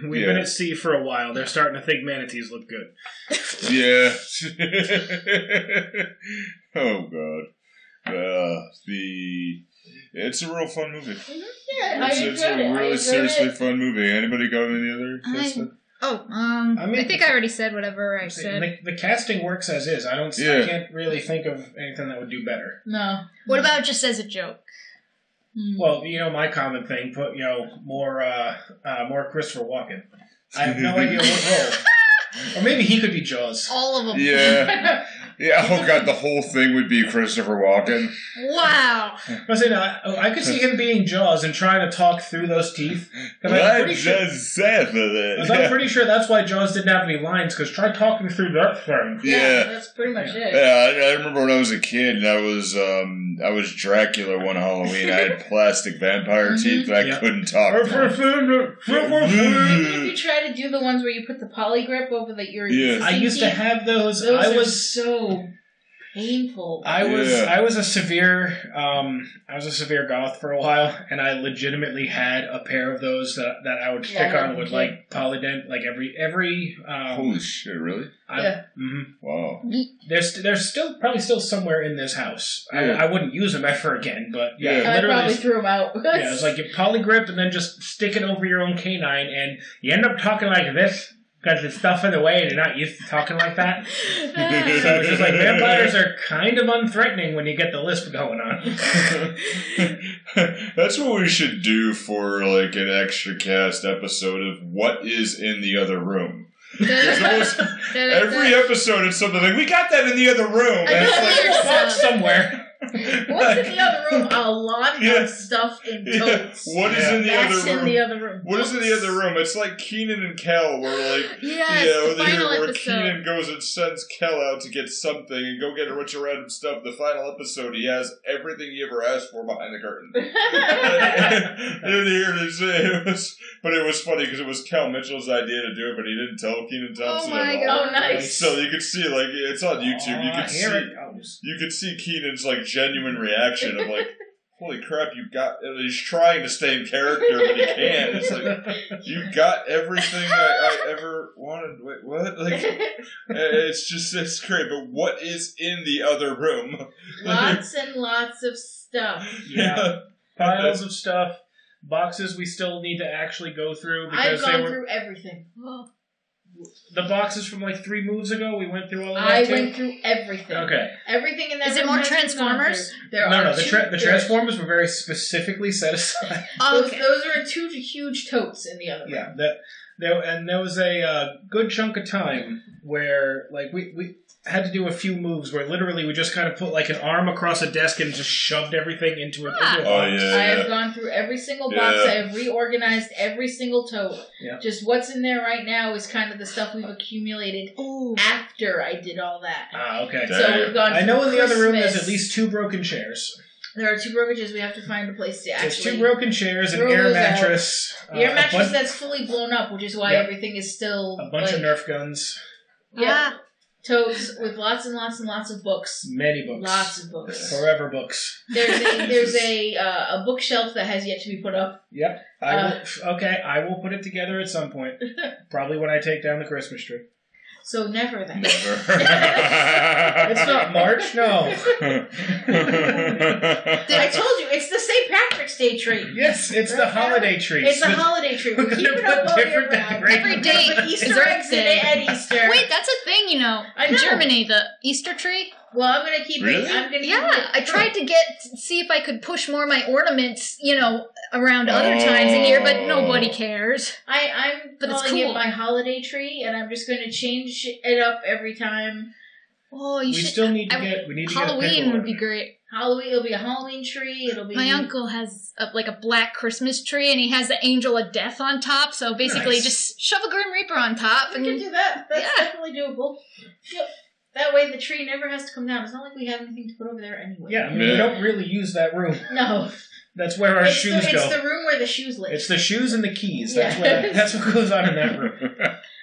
Hmm.
We've been at sea for a while. They're starting to think manatees look good.
Yeah. oh god. Uh, the it's a real fun movie.
Yeah, I
It's,
enjoyed
it's a
it. I
really
enjoyed
seriously
it.
fun movie. Anybody got any other?
I-
stuff?
Oh, um,
I mean-
I think I already said whatever I said.
The, the casting works as is. I don't.
Yeah.
I can't really think of anything that would do better.
No.
What about just as a joke?
Mm.
Well, you know, my common thing. Put you know more, uh, uh, more Christopher Walken. I have no idea what role. Or maybe he could be Jaws.
All of them.
Yeah, yeah. Oh god, the whole thing would be Christopher Walken.
Wow.
I was saying, I, I could see him being Jaws and trying to talk through those teeth. 'Cause I'm
What
pretty
does
sure,
that for that?
'cause I'm pretty sure that's why Jaws didn't have any lines. Because try talking through that thing.
Yeah.
That's pretty much
Yeah,
it.
Yeah, I, I remember when I was a kid and I was um I was Dracula one Halloween. I had plastic vampire teeth and I
Yeah.
couldn't talk.
Did you try to do the ones where you put the poly grip over the ear?
Yeah.
I used to have those.
Those
I
are
was
so painful.
I was
Yeah.
I was a severe um, I was a severe goth for a while, and I legitimately had a pair of those that, that I would stick
Yeah.
on with like polydent, like every every. Um,
Holy shit! Really?
I,
Yeah.
mhm.
Wow.
They're st- they're still probably still somewhere in this house.
Yeah.
I, I wouldn't use them ever again, but yeah,
Yeah.
I
literally.
probably threw them out.
yeah, it's like you polygrip and then just stick it over your own canine, and you end up talking like this. because it's stuffing away and you're not used to talking like that. So it's just like vampires are kind of unthreatening when you get the lisp going on.
That's what we should do for like an extra cast episode of what is in the other room. It's almost- every episode it's something like we got that in the other room. And it's
Yes.
Box somewhere.
What's in the other room? A lot
Yeah.
of stuff in
Yeah.
totes.
like, what is in the
That's
other
in
room?
the other room.
what is in the
Books.
other room? It's like Keenan and Cal were like
Yes,
yeah,
the
where they hear
final
where
episode.
Keenan goes and sends Kel out to get something and go get a bunch of random stuff. The final episode, he has everything he ever asked for behind the curtain. and here it is, it was, but it was funny because it was Cal Mitchell's idea to do it, but he didn't tell Keenan Thompson
my
at all.
Oh, nice.
So you could see, like, it's on YouTube. You
Aw,
could
Ah, here
see,
Oh, it goes.
you could see Keenan's like genuine reaction of like. Holy crap! You got. and He's trying to stay in character, but he can't. It's like you got everything I, I ever wanted. Wait, what? Like, eh, it's just it's great. But what is in the other room?
lots and lots of stuff.
Yeah, piles of stuff, boxes we still need to actually go through
I've
because they
gone
were
through everything.
Oh,
the boxes from like three moves ago. We went through all of that
I
too.
went through everything.
Okay.
Everything in that
Is it
room
more
has been gone
Transformers?
through. There
no,
are
no. The,
two-
tra- the
there-
transformers were very specifically set aside.
Those,
okay.
those are two huge totes in the other room.
yeah that there and there was a uh, good chunk of time where like we, we had to do a few moves where literally we just kind of put like an arm across a desk and just shoved everything into it
Ah.
into a
Oh
box.
I
yeah,
have gone through every single box.
Yeah.
I have reorganized every single tote.
Yeah.
Just what's in there right now is kind of the stuff we've accumulated
Oh.
after I did all that.
ah okay
So we've gone.
i know in
through
the other room there's
Christmas.
at least two broken chairs
there are two brokerages. We have to find a place to
there's two
actually.
broken chairs an
throw
air
those out.
mattress
The air
uh,
mattress
a, bun-
that's fully blown up, which is why
Yeah.
everything is still
a bunch
like,
of nerf guns
yeah,
Yeah.
totes with lots and lots and lots of books.
many books
Lots of books.
forever books
There's a there's a uh, a bookshelf that has yet to be put up.
yep I
Uh.
will, okay i will put it together at some point probably when i take down the christmas tree
So never then.
never.
it's not march no
I told you it's the St. Patrick's Day tree.
Yes, it's the
Right now,
holiday tree.
It's a
With-
holiday tree. We
We're
keep
gonna
it up
put
all year
different
round.
decorations.
Every day,
Every
Easter
day.
eggs today at Easter.
Wait, that's a thing, you know.
I
In
know.
Germany, the Easter tree.
Well, I'm gonna keep
Really?
it. I'm gonna
Yeah,
Keep it.
I tried to get see if I could push more of my ornaments, you know, around other
Oh.
times in the year, but
Oh.
nobody cares.
I, I'm
But it's
calling it
cool.
my holiday tree, and I'm just gonna change it up every time.
Oh, you
we
should.
still need to
I-
get. We need to get a
Halloween
pickle
would be great.
Halloween, it'll be a Halloween tree. It'll be
My uncle has a, like a black Christmas tree, and he has the angel of death on top. So basically,
Nice.
just shove a grim reaper on top,
We can
and
do that. That's
Mm. Yeah.
definitely doable. Yep. That way, the tree never has to come down. It's not like we have anything to put over there anyway.
Yeah, I mean,
Yeah.
we don't really use that room.
No.
That's where our
it's
shoes
the,
go.
It's the room where the shoes live.
it's the shoes and the keys. That's
Yeah.
where. That's what goes on in that room.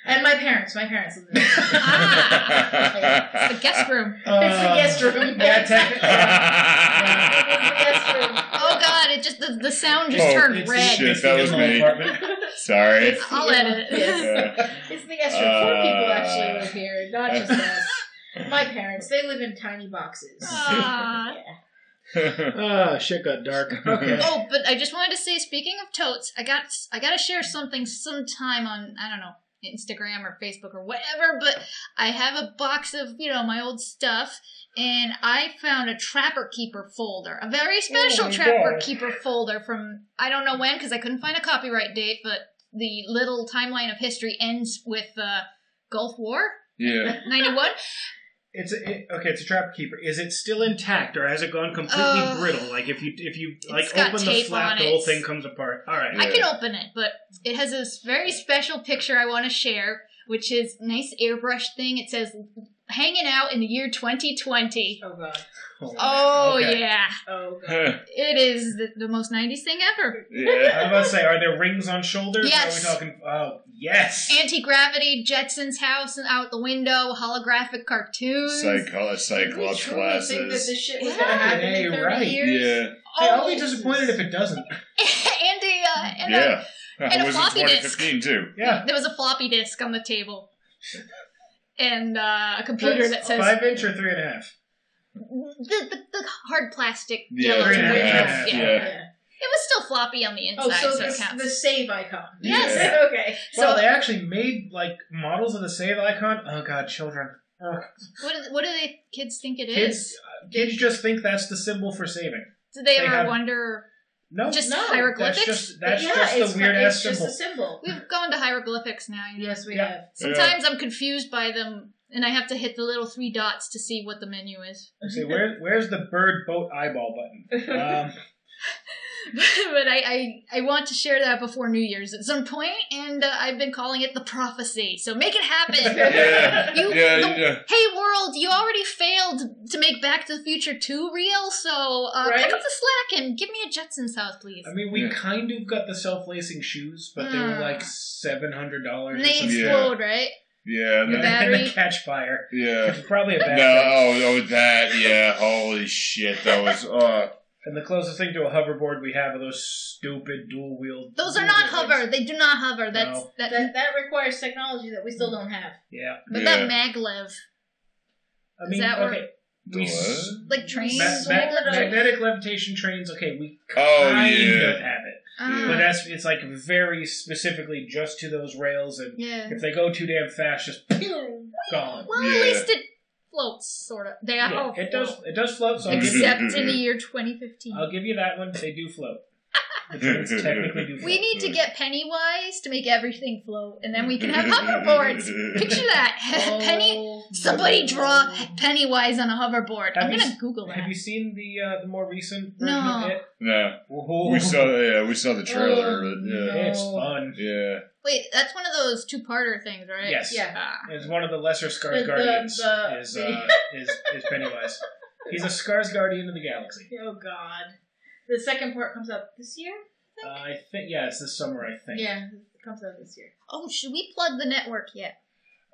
and my parents. My parents live there.
Ah, the guest room.
it's the guest room.
Uh, Yeah, technically.
Oh God! It just the, the sound just
Oh,
turned
it's
red.
shit. that was me. Sorry.
I'll edit it.
Yeah.
It's the guest room. Poor people actually
Uh,
live here, not just us. My parents, they live in tiny boxes.
Ah.
Yeah.
Ah, shit got dark. Okay.
Oh, but I just wanted to say, speaking of totes, I got I got to share something sometime on I don't know Instagram or Facebook or whatever. But I have a box of you know my old stuff, and I found a Trapper Keeper folder, a very special
my
Trapper
God.
Keeper folder from I don't know when because I couldn't find a copyright date, but the little timeline of history ends with uh, Gulf War
yeah.
'91.
It's a, it, okay. It's a trap keeper. Is it still intact, or has it gone completely
Oh.
Uh,
brittle? Like if you if you like
got
open the
tape
flap,
on
the
it.
whole thing comes apart. All right.
I can open it, but it has this very special picture I want to share, which is nice airbrush thing. It says hanging out in the year 2020.
Oh god.
Oh
okay.
yeah,
Oh god.
yeah.
it is the, the most 90s thing ever.
Yeah.
I was about to say, are there rings on shoulders?
Yes.
Are we talking? Oh, yes.
Anti gravity, Jetson's house and out the window, holographic cartoons.
Psycho-
we
Cyclops
truly think that
glasses.
this shit was
Yeah.
gonna happen
Yeah,
in
you're
30
right.
years?
Yeah.
Hey,
Oh,
I'll be disappointed if it doesn't.
and a, uh, and a-
Yeah.
and
I
a
was in
floppy disk.
2015 too.
Yeah.
there was a floppy disk on the table. And uh, a computer that says
five inch or three and a half.
the, the, the hard plastic
Yeah,
yellow
three and a
windows.
half,
Yeah.
yeah.
Yeah.
was still floppy on the inside,
Oh, so
so it
this,
counts.
the save icon.
Yes.
Yeah.
okay.
Well,
So-
they actually made like models of the save icon. Oh god, children. Ugh.
What, do, what do the kids think it is?
Kids, uh, kids just think that's the symbol for saving.
Did they,
they
ever
have-
wonder?
No,
Just
no, that's
hieroglyphics?
that's just that's
yeah,
just
it's,
the weird ass
it's
symbol.
just a symbol.
We've gone to hieroglyphics now. You know?
Yes, we
Yeah.
have.
Sometimes I'm confused by them, and I have to hit the little three dots to see what the menu is.
Let's see, where where's the bird boat eyeball button? Um,
but I, I, I want to share that before New Year's at some point, and uh, I've been calling it the prophecy. So make it happen.
Yeah.
You,
Yeah,
the-
yeah.
Hey world, you already failed to make Back to the Future 2 real, so uh,
Right?
pick up the slack and give me a Jetsons house, please.
I mean, we
Yeah.
kind of got the self lacing shoes, but they were
Mm.
like seven hundred dollars.
And they
something.
explode, right?
Yeah.
and
Your
no-
battery.
they catch fire.
Yeah.
Which is probably a
No,
bad thing.
oh, no, that, yeah, holy shit, that was, uh,
And the closest thing to a hoverboard we have are those stupid dual wheeled.
Those are not hover. They do not hover. That's
No.
that,
That, that requires technology that we still don't have.
Yeah,
But
Yeah.
that maglev,
I
Is
mean,
that where-
okay, we s-
like trains.
ma-
Sold
ma-
it up.
magnetic levitation trains. Okay, we
oh,
kind of
yeah.
have it,
Ah,
but that's it's like very specifically just to those rails, and
yeah.
if they go too damn fast, just gone.
Well,
Yeah.
at least it floats, sort of. They are
Yeah,
all
it does.
float.
It does float. So I'll give, you,
Except in the year 2015.
I'll give you that one. They do float. The trains technically do float.
We need to get Pennywise to make everything float, and then we can have hoverboards. Picture that.
Oh.
Penny. Somebody draw Pennywise on a hoverboard.
Have
I'm
you
gonna
s-
Google that.
Have you seen the uh, the more recent version
No.
of it?
No,
Whoa.
we saw, yeah, we saw the trailer,
Oh,
but, yeah.
It's fun.
Yeah.
Wait, that's one of those two-parter things, right?
Yes.
Yeah.
Ah.
It's one of the lesser
The-
Scars
the-
Guardians.
the-
is, uh, is is Pennywise. He's a Scars Guardian of the Galaxy.
Oh God. The second part comes out this year.
Uh, I think yeah, it's this summer. I think.
Yeah, it comes out this year.
Oh, should we plug the network yet?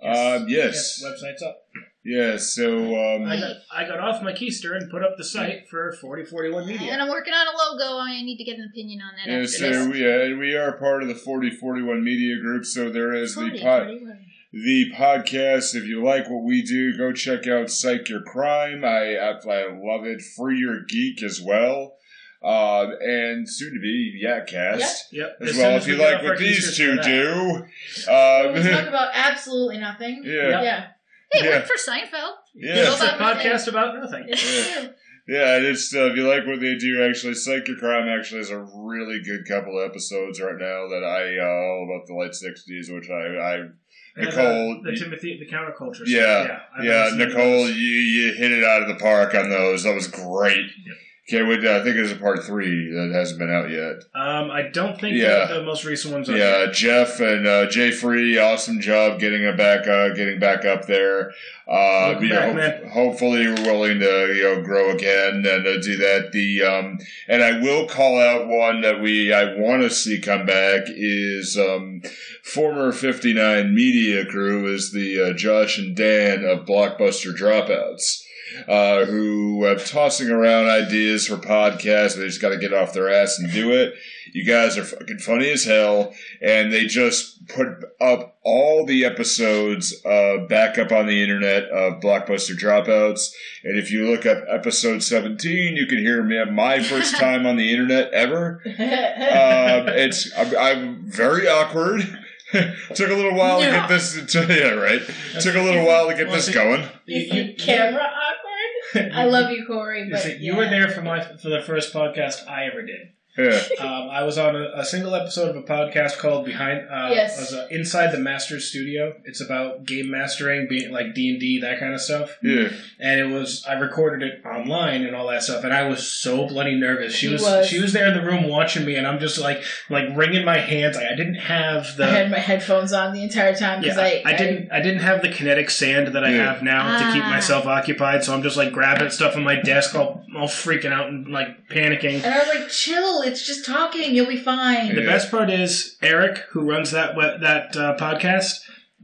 Um, yes.
Yes, Website's up.
Yeah, so, um,
I got, I got off my keister and put up the site for 4041 Media.
And I'm working on a logo. I need to get an opinion on that.
Yeah,
after
so
this.
we, uh, we are part of the 4041 Media Group, so there is the,
Forty,
pod,
forty-one.
the podcast. If you like what we do, go check out Psych Your Crime. I, I, I love it. Free Your Geek as well. Um, and soon to be Yakcast. cast
Yep.
As
as soon
well,
as
if
we
you
get
like
off our
what these
keisters
two
for that.
do.
Uh,
we talk
Um,
about absolutely nothing.
yeah,
Yeah.
Hey, it
Yeah.
worked for Seinfeld.
yeah.
It's a podcast about nothing.
Yeah. Yeah, and it's uh, if you like what they do, actually, Psych Your Crime actually has a really good couple of episodes right now that I uh, all about the late '60s, which I, I
And, uh,
Nicole-
the Timothy, the counterculture. stuff.
Yeah.
I've
yeah,
listened to
Nicole,
those.
you, you hit it out of the park on those. That was great.
Yep.
Okay, wait, I think there's a part three that hasn't been out yet.
Um, I don't think
Yeah.
the, the most recent ones. Are
yeah, Jeff and uh, Jay Free, awesome job getting it back, uh, getting back up there. Uh,
Welcome
you know,
back,
hope-
man.
hopefully, we're willing to you know grow again and uh, do that. The um, and I will call out one that we I want to see come back is um, former Fifty Nine Media crew is the uh, Josh and Dan of Blockbuster Dropouts uh, who are tossing around ideas for podcasts. They just got to get off their ass and do it. You guys are fucking funny as hell, and they just put up all the episodes uh, back up on the internet of Blockbuster Dropouts. And if you look up episode seventeen, you can hear me at my first time on the internet ever.
Uh,
Um, it's I'm, I'm very awkward. Took a little while to get this. yeah, right. Took a little while to get this going.
Is the camera awkward? I love you, Corey.
You
But
see, you
yeah.
were there for my for the first podcast I ever did.
Yeah.
Um, I was on a, a single episode of a podcast called Behind. Uh,
Yes.
was, uh, Inside the Masters Studio. It's about game mastering, being like D and D, that kind of stuff.
Yeah.
And it was I recorded it online and all that stuff. And I was so bloody nervous. She
He
was,
was.
she was there in the room watching me, and I'm just like like wringing my hands. Like I didn't have
I had
the.
my headphones on the entire time
Yeah, I,
because
I didn't. I didn't have the kinetic sand that I
Yeah.
have now to keep
Ah.
myself occupied. So I'm just like grabbing stuff on my desk, all, all freaking out and like panicking.
And I was like, "Chill, it's just talking. You'll be fine."
The
Yeah.
best part is Eric, who runs that we- that uh, podcast,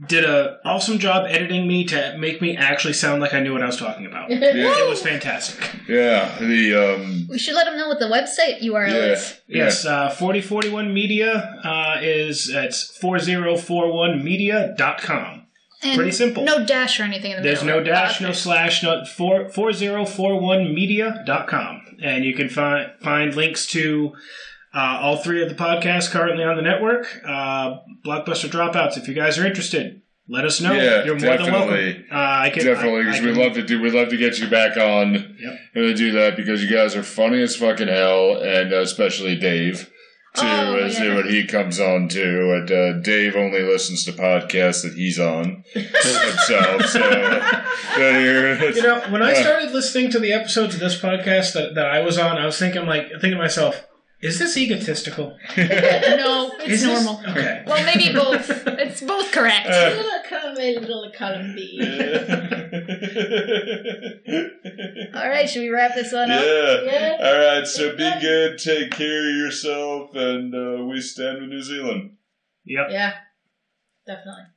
did a awesome job editing me to make me actually sound like I knew what I was talking about. it
Yeah.
was fantastic.
Yeah, the um,
We should let them know what the website URL
yeah,
is.
Yes, uh, 4041 Media uh, is it's 4041media.com.
And
Pretty simple.
No dash or anything in the
There's
middle.
no dash, no
Okay.
slash, no four four zero four one media.com. And you can find find links to uh, all three of the podcasts currently on the network. Uh, Blockbuster dropouts. If you guys are interested, let us know.
Yeah,
You're more than welcome.
definitely.
Uh, I can
Definitely,
I- I
because we
can-
love to do. We love to get you back on
Yep.
and to do that because you guys are funny as fucking hell, and uh, especially Dave too.
Oh,
as
yeah.
when he comes on too, and uh, Dave only listens to podcasts that he's on himself. So, uh, that
You
you're-
know, when I
Yeah.
started listening to the episodes of this podcast that, that I was on, I was thinking like thinking to myself, is this egotistical?
No, it's
Is this-
normal.
Okay.
Well, maybe both. It's both correct.
Uh,
Little column A, little column B.
All right, should we wrap this one up?
yeah.
Yeah.
All right. So be good. Take care of yourself, and uh, we stand with New Zealand.
Yep.
Yeah, definitely.